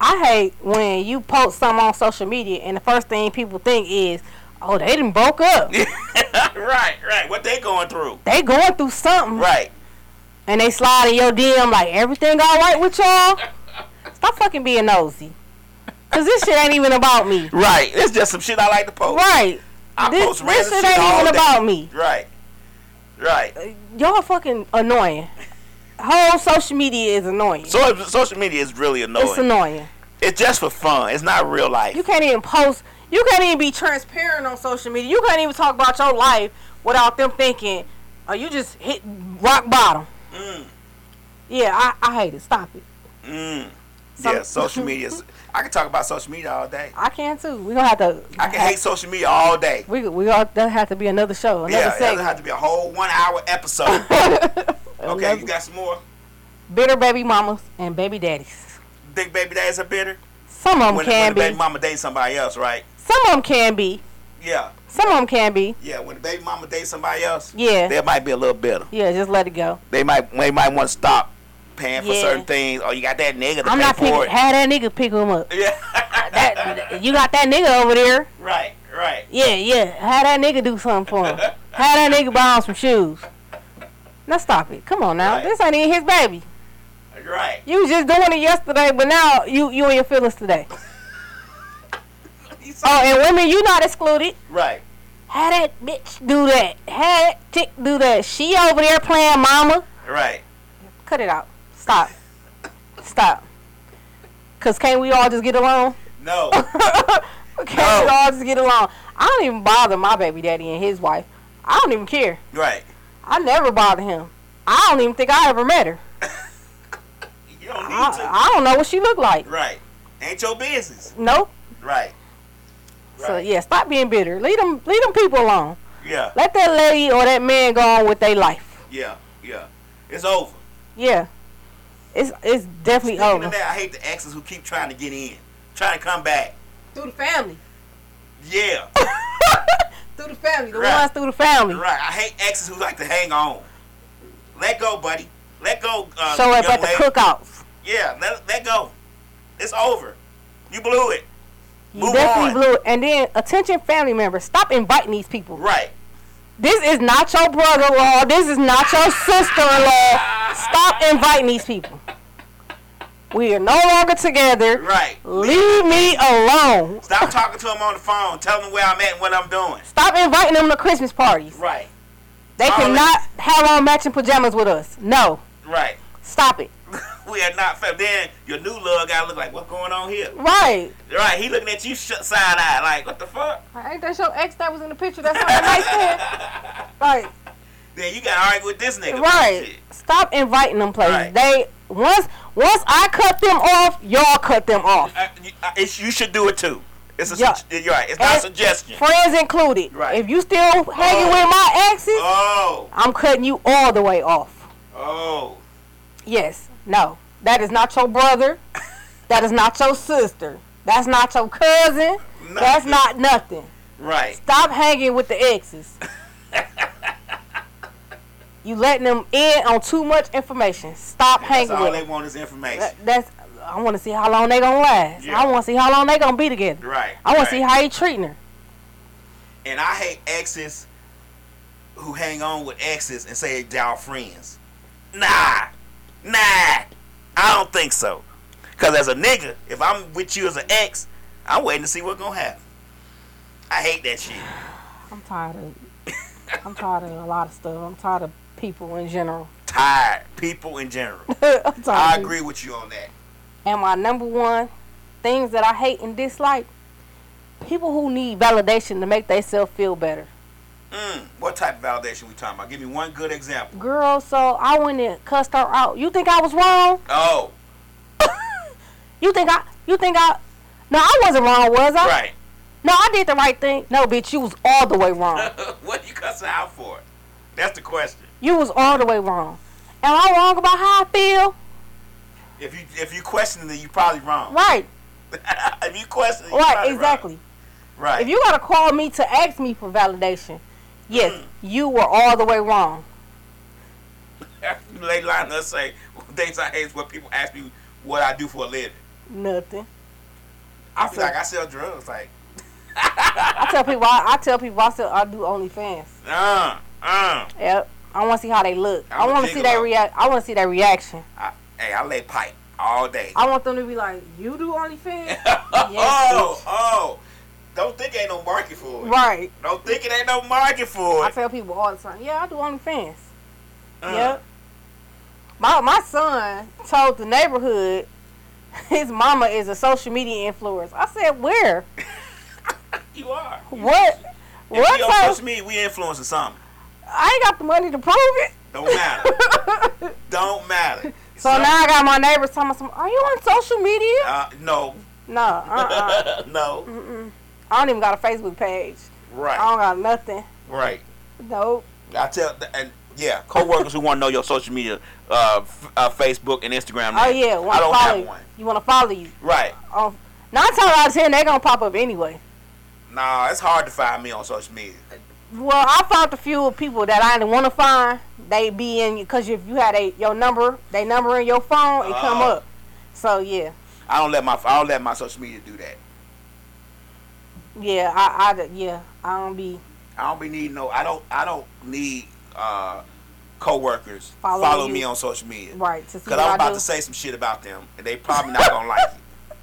[SPEAKER 3] I hate when you post something on social media and the first thing people think is, oh, they didn't broke up.
[SPEAKER 4] right, right. What they going through?
[SPEAKER 3] they going through something,
[SPEAKER 4] Right.
[SPEAKER 3] and they slide in your DM like everything all right with y'all. Stop fucking being nosy, cause this shit ain't even about me.
[SPEAKER 4] Right. It's just some shit I like to post.
[SPEAKER 3] Right?
[SPEAKER 4] I
[SPEAKER 3] This,
[SPEAKER 4] post
[SPEAKER 3] this
[SPEAKER 4] random
[SPEAKER 3] shit
[SPEAKER 4] shit all
[SPEAKER 3] ain't even
[SPEAKER 4] day.
[SPEAKER 3] about me.
[SPEAKER 4] Right. Right.
[SPEAKER 3] y'all fucking annoying. Whole social media is annoying.
[SPEAKER 4] So social media is really annoying.
[SPEAKER 3] it's
[SPEAKER 4] It's,
[SPEAKER 3] annoying.
[SPEAKER 4] just for fun. It's not real life.
[SPEAKER 3] You can't even post. You can't even be transparent on social media. You can't even talk about your life without them thinking, "Are you just hit rock bottom?" Yeah, I, I hate it. Stop it.
[SPEAKER 4] mm.
[SPEAKER 3] Some-
[SPEAKER 4] yeah, social media. Is, I can talk about social media all day.
[SPEAKER 3] I can too. We gonna have to.
[SPEAKER 4] I can hate social media all day.
[SPEAKER 3] We we gonna that have to be another show, another
[SPEAKER 4] yeah, it doesn't
[SPEAKER 3] segment.
[SPEAKER 4] have to be a whole one hour episode. okay, you got some more.
[SPEAKER 3] Bitter baby mamas and baby daddies.
[SPEAKER 4] Think baby days are bitter?
[SPEAKER 3] Some of them
[SPEAKER 4] When,
[SPEAKER 3] can
[SPEAKER 4] when the
[SPEAKER 3] be.
[SPEAKER 4] baby mama dates somebody else, right?
[SPEAKER 3] Some of them can be.
[SPEAKER 4] Yeah,
[SPEAKER 3] Some of them can be.
[SPEAKER 4] yeah. When the baby mama dates somebody else,
[SPEAKER 3] Yeah.
[SPEAKER 4] they might be a little bitter.
[SPEAKER 3] Yeah, just let it go.
[SPEAKER 4] They might they might want to stop paying for
[SPEAKER 3] Yeah.
[SPEAKER 4] certain things. Oh, you got that nigga to
[SPEAKER 3] I'm
[SPEAKER 4] pay
[SPEAKER 3] not
[SPEAKER 4] for
[SPEAKER 3] picking.
[SPEAKER 4] it.
[SPEAKER 3] Have that nigga pick him up.
[SPEAKER 4] Yeah,
[SPEAKER 3] That you got that nigga over there.
[SPEAKER 4] right, right.
[SPEAKER 3] Yeah, yeah. Have that nigga do something for him. Have that nigga buy him some shoes. Now stop it. Come on now.
[SPEAKER 4] Right.
[SPEAKER 3] This ain't even his baby.
[SPEAKER 4] Right.
[SPEAKER 3] You was just doing it yesterday, but now you you in your feelings today.
[SPEAKER 4] He's
[SPEAKER 3] Oh, and women, you not excluded.
[SPEAKER 4] right.
[SPEAKER 3] Have that bitch do that. Have that tick do that. She over there playing mama.
[SPEAKER 4] Right.
[SPEAKER 3] Cut it out. Stop. Stop. Cause can't we all just get along?
[SPEAKER 4] No.
[SPEAKER 3] Can't we
[SPEAKER 4] No.
[SPEAKER 3] all just get along? I don't even bother my baby daddy and his wife. I don't even care.
[SPEAKER 4] right.
[SPEAKER 3] I never bothered him. I don't even think I ever met her.
[SPEAKER 4] You don't need to.
[SPEAKER 3] I, I don't know what she looked like.
[SPEAKER 4] right. Ain't your business.
[SPEAKER 3] Nope.
[SPEAKER 4] Right.
[SPEAKER 3] So
[SPEAKER 4] Right.
[SPEAKER 3] yeah, stop being bitter. Leave them, leave them people alone.
[SPEAKER 4] Yeah.
[SPEAKER 3] Let that lady or that man go on with their life.
[SPEAKER 4] Yeah. Yeah. It's over.
[SPEAKER 3] Yeah, it's it's definitely
[SPEAKER 4] Speaking
[SPEAKER 3] over
[SPEAKER 4] of that, I hate the exes who keep trying to get in, trying to come back.
[SPEAKER 3] through the family,
[SPEAKER 4] Yeah.
[SPEAKER 3] through the family, the
[SPEAKER 4] Right.
[SPEAKER 3] ones through the family.
[SPEAKER 4] Right. I hate exes who like to hang on. Let go, buddy. Let go. Uh,
[SPEAKER 3] Show up
[SPEAKER 4] young
[SPEAKER 3] at the
[SPEAKER 4] lady.
[SPEAKER 3] cookouts.
[SPEAKER 4] Yeah. Let let go. It's over. You blew it.
[SPEAKER 3] You
[SPEAKER 4] Move
[SPEAKER 3] definitely
[SPEAKER 4] on.
[SPEAKER 3] blew it. And then attention, family members, stop inviting these people.
[SPEAKER 4] Right.
[SPEAKER 3] This is not your brother-in-law. This is not your sister-in-law. Stop inviting these people. We are no longer together.
[SPEAKER 4] Right.
[SPEAKER 3] Leave me alone.
[SPEAKER 4] Stop talking to them on the phone. Tell them where I'm at and what I'm doing.
[SPEAKER 3] Stop inviting them to Christmas parties.
[SPEAKER 4] Right.
[SPEAKER 3] They
[SPEAKER 4] All
[SPEAKER 3] cannot have on matching pajamas with us. No.
[SPEAKER 4] Right.
[SPEAKER 3] Stop it.
[SPEAKER 4] we are not fam. Then your new love guy look like, what's going on here?
[SPEAKER 3] Right.
[SPEAKER 4] Right, he looking at you sh- side eye, like, what the fuck?
[SPEAKER 3] Ain't that your ex that was in the picture? That's not nice Like,
[SPEAKER 4] Then you got to argue with this nigga. about
[SPEAKER 3] right.
[SPEAKER 4] shit.
[SPEAKER 3] Stop inviting them places.
[SPEAKER 4] Right.
[SPEAKER 3] They once once I cut them off, y'all cut them off.
[SPEAKER 4] Uh, you, uh, it's, you should do it too. It's a
[SPEAKER 3] Yeah.
[SPEAKER 4] sug- you're right. It's not a
[SPEAKER 3] And
[SPEAKER 4] suggestion.
[SPEAKER 3] Friends included.
[SPEAKER 4] Right.
[SPEAKER 3] If you still hanging with
[SPEAKER 4] Oh.
[SPEAKER 3] my exes,
[SPEAKER 4] oh,
[SPEAKER 3] I'm cutting you all the way off.
[SPEAKER 4] oh,
[SPEAKER 3] Yes. No. That is not your brother. that is not your sister. That's not your cousin. That's
[SPEAKER 4] Nothing.
[SPEAKER 3] not nothing.
[SPEAKER 4] right,
[SPEAKER 3] Stop hanging with the exes. you letting them in on too much information. Stop
[SPEAKER 4] That's
[SPEAKER 3] hanging
[SPEAKER 4] all
[SPEAKER 3] with
[SPEAKER 4] they
[SPEAKER 3] them.
[SPEAKER 4] want is information.
[SPEAKER 3] That- That's. I want to see how long they gonna last.
[SPEAKER 4] Yeah.
[SPEAKER 3] I want to see how long they gonna be together.
[SPEAKER 4] right.
[SPEAKER 3] I want
[SPEAKER 4] right.
[SPEAKER 3] to see how he treating her.
[SPEAKER 4] And I hate exes who hang on with exes and say they all friends. Nah, nah, I don't think so. Cause as a nigga, if I'm with you as an ex, I'm waiting to see what's gonna happen. I hate that shit.
[SPEAKER 3] I'm tired of. I'm tired of a lot of stuff. I'm tired of people in general.
[SPEAKER 4] Tired people in general.
[SPEAKER 3] I'm tired.
[SPEAKER 4] I
[SPEAKER 3] of people.
[SPEAKER 4] agree with you on that.
[SPEAKER 3] And my number one things that I hate and dislike: people who need validation to make themselves feel better.
[SPEAKER 4] Mm, what type of validation we talking about? Give me one good example.
[SPEAKER 3] Girl, so I went and cussed her out. You think I was wrong?
[SPEAKER 4] Oh,
[SPEAKER 3] You think I? You think I? No, I wasn't wrong, was I?
[SPEAKER 4] right.
[SPEAKER 3] No, I did the right thing. No, bitch, you was all the way wrong.
[SPEAKER 4] what you cussing out for? That's the question.
[SPEAKER 3] you was all the way wrong. Am I wrong about how I feel?
[SPEAKER 4] If you if you questioning it, you probably wrong.
[SPEAKER 3] Right,
[SPEAKER 4] if you questioning, you
[SPEAKER 3] right,
[SPEAKER 4] probably
[SPEAKER 3] exactly.
[SPEAKER 4] Wrong. Right.
[SPEAKER 3] If you gotta call me to ask me for validation, yes, you were all the way wrong.
[SPEAKER 4] lay line us say things I hate is when people ask me what I do for a living.
[SPEAKER 3] Nothing.
[SPEAKER 4] I feel like I sell drugs. Like,
[SPEAKER 3] I tell people, I, I tell people, I still I do OnlyFans.
[SPEAKER 4] uh, uh.
[SPEAKER 3] Yep. I want to see how they look. i
[SPEAKER 4] I'm a
[SPEAKER 3] want to see their
[SPEAKER 4] gigolo.
[SPEAKER 3] react. I want to see their reaction.
[SPEAKER 4] I, hey, I lay pipe all day.
[SPEAKER 3] I want them to be like, "You do OnlyFans,
[SPEAKER 4] oh, oh. Don't think ain't no market for it.
[SPEAKER 3] right?"
[SPEAKER 4] Don't think it ain't no market for
[SPEAKER 3] I
[SPEAKER 4] it.
[SPEAKER 3] tell people all the time, "Yeah, I do OnlyFans."
[SPEAKER 4] Uh,
[SPEAKER 3] Yep. My my son told the neighborhood his mama is a social media influencer. I said, "Where?
[SPEAKER 4] You are.
[SPEAKER 3] What?
[SPEAKER 4] If
[SPEAKER 3] What?
[SPEAKER 4] we on
[SPEAKER 3] type-
[SPEAKER 4] social media, we influencing something.
[SPEAKER 3] I ain't got the money to prove it."
[SPEAKER 4] Don't matter. Don't matter.
[SPEAKER 3] So now I got my neighbors talking about some. Are you on social media?
[SPEAKER 4] Uh, no.
[SPEAKER 3] No, uh-uh.
[SPEAKER 4] no.
[SPEAKER 3] I don't even got a Facebook page. I
[SPEAKER 4] Right.
[SPEAKER 3] don't got nothing.
[SPEAKER 4] Right.
[SPEAKER 3] Nope.
[SPEAKER 4] I tell and yeah, coworkers who want to know your social media, uh, f- uh Facebook and Instagram.
[SPEAKER 3] Oh
[SPEAKER 4] name.
[SPEAKER 3] yeah,
[SPEAKER 4] I
[SPEAKER 3] want to follow
[SPEAKER 4] don't have
[SPEAKER 3] you.
[SPEAKER 4] one.
[SPEAKER 3] You want to follow you?
[SPEAKER 4] Right.
[SPEAKER 3] Um, nine times out of ten, they gonna pop up anyway.
[SPEAKER 4] Nah, it's hard to find me on social media.
[SPEAKER 3] Well, I found a few people that I didn't want to find. They be in because if you had a your number, they number in your phone, it come
[SPEAKER 4] Oh.
[SPEAKER 3] up. So yeah,
[SPEAKER 4] I don't let my I don't let my social media do that.
[SPEAKER 3] yeah, I, I d- yeah, I don't be
[SPEAKER 4] I don't be need no. I don't. I don't need uh, coworkers
[SPEAKER 3] Follow
[SPEAKER 4] follow,
[SPEAKER 3] you.
[SPEAKER 4] me on social media.
[SPEAKER 3] right to see
[SPEAKER 4] Cause
[SPEAKER 3] what
[SPEAKER 4] I'm
[SPEAKER 3] I
[SPEAKER 4] about
[SPEAKER 3] do.
[SPEAKER 4] to say some shit about them, and they probably not gonna like it.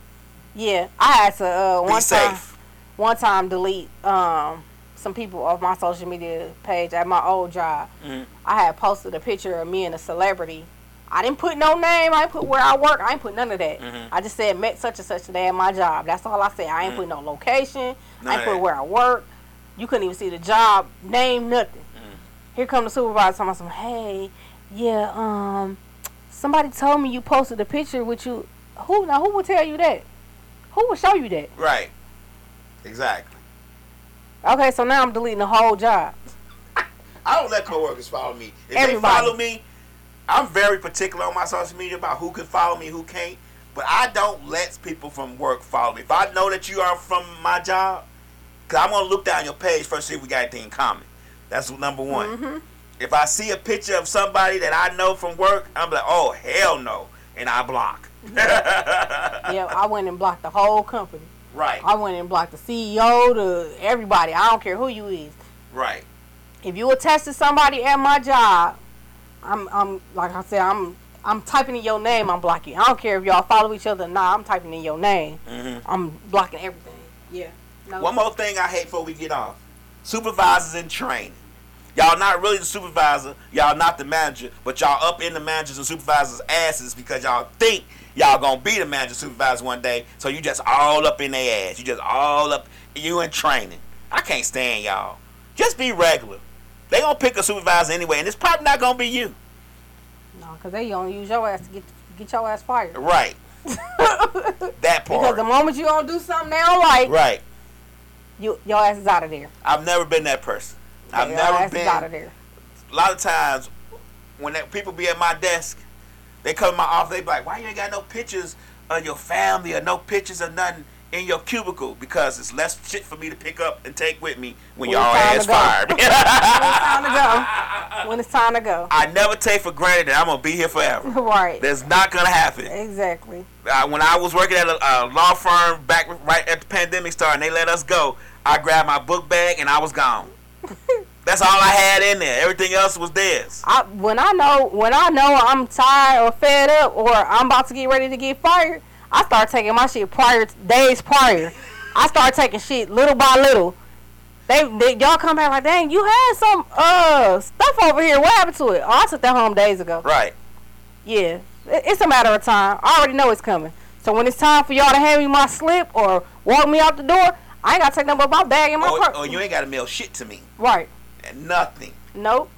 [SPEAKER 3] yeah, I had to uh,
[SPEAKER 4] Be
[SPEAKER 3] one time
[SPEAKER 4] safe.
[SPEAKER 3] one time delete um some people off my social media page at my old job.
[SPEAKER 4] Mhm.
[SPEAKER 3] I had posted a picture of me and a celebrity. I didn't put no name. I didn't put where I work. I ain't put none of that.
[SPEAKER 4] Mm-hmm.
[SPEAKER 3] I just said met such and such today at my job. That's all I said. I ain't put no location.
[SPEAKER 4] Mm.
[SPEAKER 3] I
[SPEAKER 4] None of
[SPEAKER 3] ain't put
[SPEAKER 4] that.
[SPEAKER 3] where I work. You couldn't even see the job name, nothing.
[SPEAKER 4] Mm.
[SPEAKER 3] Here come the supervisor talking about some. Hey, yeah, um, somebody told me you posted a picture with you. Who now? Who would tell you that? Who would show you that?
[SPEAKER 4] Right. Exactly.
[SPEAKER 3] Okay, so now I'm deleting the whole job.
[SPEAKER 4] I don't let coworkers follow me. If
[SPEAKER 3] Everybody.
[SPEAKER 4] they follow me, I'm very particular on my social media about who can follow me, who can't. But I don't let people from work follow me. If I know that you are from my job, because I'm gonna look down your page first, see if we got anything in common. That's number one.
[SPEAKER 3] Mm-hmm.
[SPEAKER 4] If I see a picture of somebody that I know from work, I'm like, oh hell no, and I block.
[SPEAKER 3] yeah, I went and blocked the whole company.
[SPEAKER 4] Right,
[SPEAKER 3] I went and blocked the CEO, to everybody. I don't care who you is.
[SPEAKER 4] right,
[SPEAKER 3] If you attach to somebody at my job, I'm, I'm like I said, I'm, I'm typing in your name. I'm blocking. I don't care if y'all follow each other. or Nah, I'm typing in your name. I'm blocking everything. Yeah. No.
[SPEAKER 4] Mm-hmm. One more thing I hate before we get off. Supervisors in training. Y'all not really the supervisor, y'all not the manager, but y'all up in the managers and supervisors' asses because y'all think y'all gonna be the manager supervisor one day, so you just all up in their ass. You just all up you in training. I can't stand y'all. Just be regular. They gonna pick a supervisor anyway, and it's probably not gonna be you.
[SPEAKER 3] No, because they gonna use your ass to get, get your ass fired.
[SPEAKER 4] Right. that
[SPEAKER 3] Because the
[SPEAKER 4] part.
[SPEAKER 3] moment you don't do something they don't like,
[SPEAKER 4] Right.
[SPEAKER 3] you, your ass is out of there.
[SPEAKER 4] I've never been that person. I've
[SPEAKER 3] your
[SPEAKER 4] never
[SPEAKER 3] ass
[SPEAKER 4] been
[SPEAKER 3] is out of there.
[SPEAKER 4] a lot of times when that people be at my desk, they come to my office, they be like, why you ain't got no pictures of your family or no pictures of nothing in your cubicle? Because it's less shit for me to pick up and take with me
[SPEAKER 3] When
[SPEAKER 4] when, y'all
[SPEAKER 3] it's
[SPEAKER 4] ass
[SPEAKER 3] time to
[SPEAKER 4] fired.
[SPEAKER 3] When it's time to go.
[SPEAKER 4] I never take for granted that I'm gonna be here forever.
[SPEAKER 3] right.
[SPEAKER 4] That's not gonna happen.
[SPEAKER 3] Exactly.
[SPEAKER 4] uh, when I was working at a, a law firm back right at the pandemic started, and they let us go. I grabbed my book bag and I was gone. That's all I had in there. Everything else was theirs.
[SPEAKER 3] I, when I know when I know I'm tired or fed up or I'm about to get ready to get fired, I start taking my shit prior days prior. I start taking shit little by little. They, they y'all come back like, dang, you had some uh stuff over here. What happened to it? Oh, I took that home days ago.
[SPEAKER 4] Right.
[SPEAKER 3] Yeah, It- it's a matter of time. I already know it's coming. So when it's time for y'all to hand me my slip or walk me out the door, I ain't gotta take nothing but my bag and my
[SPEAKER 4] Or,
[SPEAKER 3] purse.
[SPEAKER 4] or Oh, you ain't got to mail shit to me.
[SPEAKER 3] right.
[SPEAKER 4] Nothing.
[SPEAKER 3] Nope.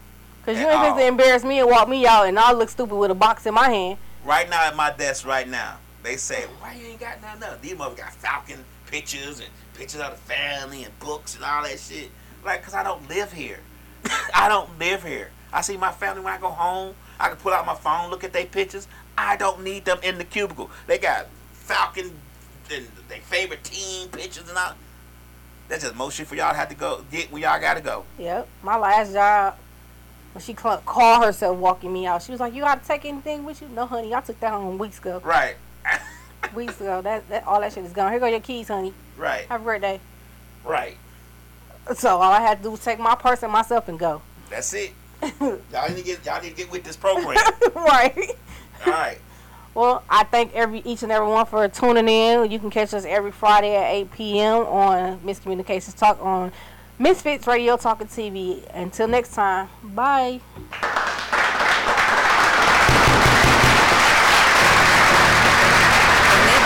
[SPEAKER 3] Cause you
[SPEAKER 4] At
[SPEAKER 3] ain't
[SPEAKER 4] all.
[SPEAKER 3] supposed to embarrass me and walk me out, and I look stupid with a box in my hand.
[SPEAKER 4] Right now at my desk, right now, they say, why you ain't got nothing up? These motherfuckers got Falcon pictures and pictures of the family and books and all that shit. Like, 'cause I don't live here. I don't live here. I see my family when I go home. I can pull out my phone, look at their pictures. I don't need them in the cubicle. They got Falcon and their favorite team pictures and all. That's just most shit for y'all to have to go get when y'all gotta go.
[SPEAKER 3] Yep. My last job, when she cl- called herself walking me out, she was like, "You gotta take anything with you?" No, honey, I took that home weeks ago.
[SPEAKER 4] Right.
[SPEAKER 3] Weeks ago. That, that all that shit is gone. Here go your keys, honey.
[SPEAKER 4] right.
[SPEAKER 3] Have a great day.
[SPEAKER 4] Right.
[SPEAKER 3] So all I had to do was take my purse and myself and go.
[SPEAKER 4] That's it. y'all need to get y'all need to get with this program.
[SPEAKER 3] right.
[SPEAKER 4] All right.
[SPEAKER 3] Well, I thank every each and every one for tuning in. You can catch us every Friday at 8 p.m. on Miscommunications Talk on Misfits Radio Talking TV. Until next time, bye.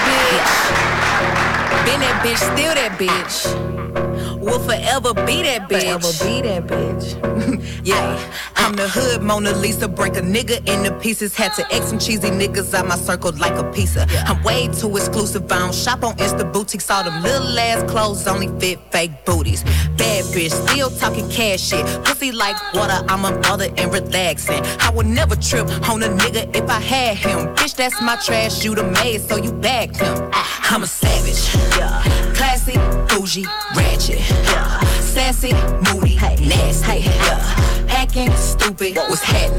[SPEAKER 1] Been that bitch. Been that bitch, still that bitch. Will forever be that bitch. be that bitch. yeah, I'm the hood Mona Lisa. Break a nigga into pieces. Had to X some cheesy niggas out my circle like a pizza. I'm way too exclusive. I don't shop on Insta boutiques. All them little ass clothes only fit fake booties. Bad bitch, still talking cash shit. Pussy like water. I'm a mother and relaxing. I would never trip on a nigga if I had him. Bitch, that's my trash. You the maid, so you bagged him. Ah, I'm a savage. Yeah. Classy, bougie, ratchet. Yeah. Sassy, moody, hey. nasty. Hey. Yeah. Acting stupid. What was happening?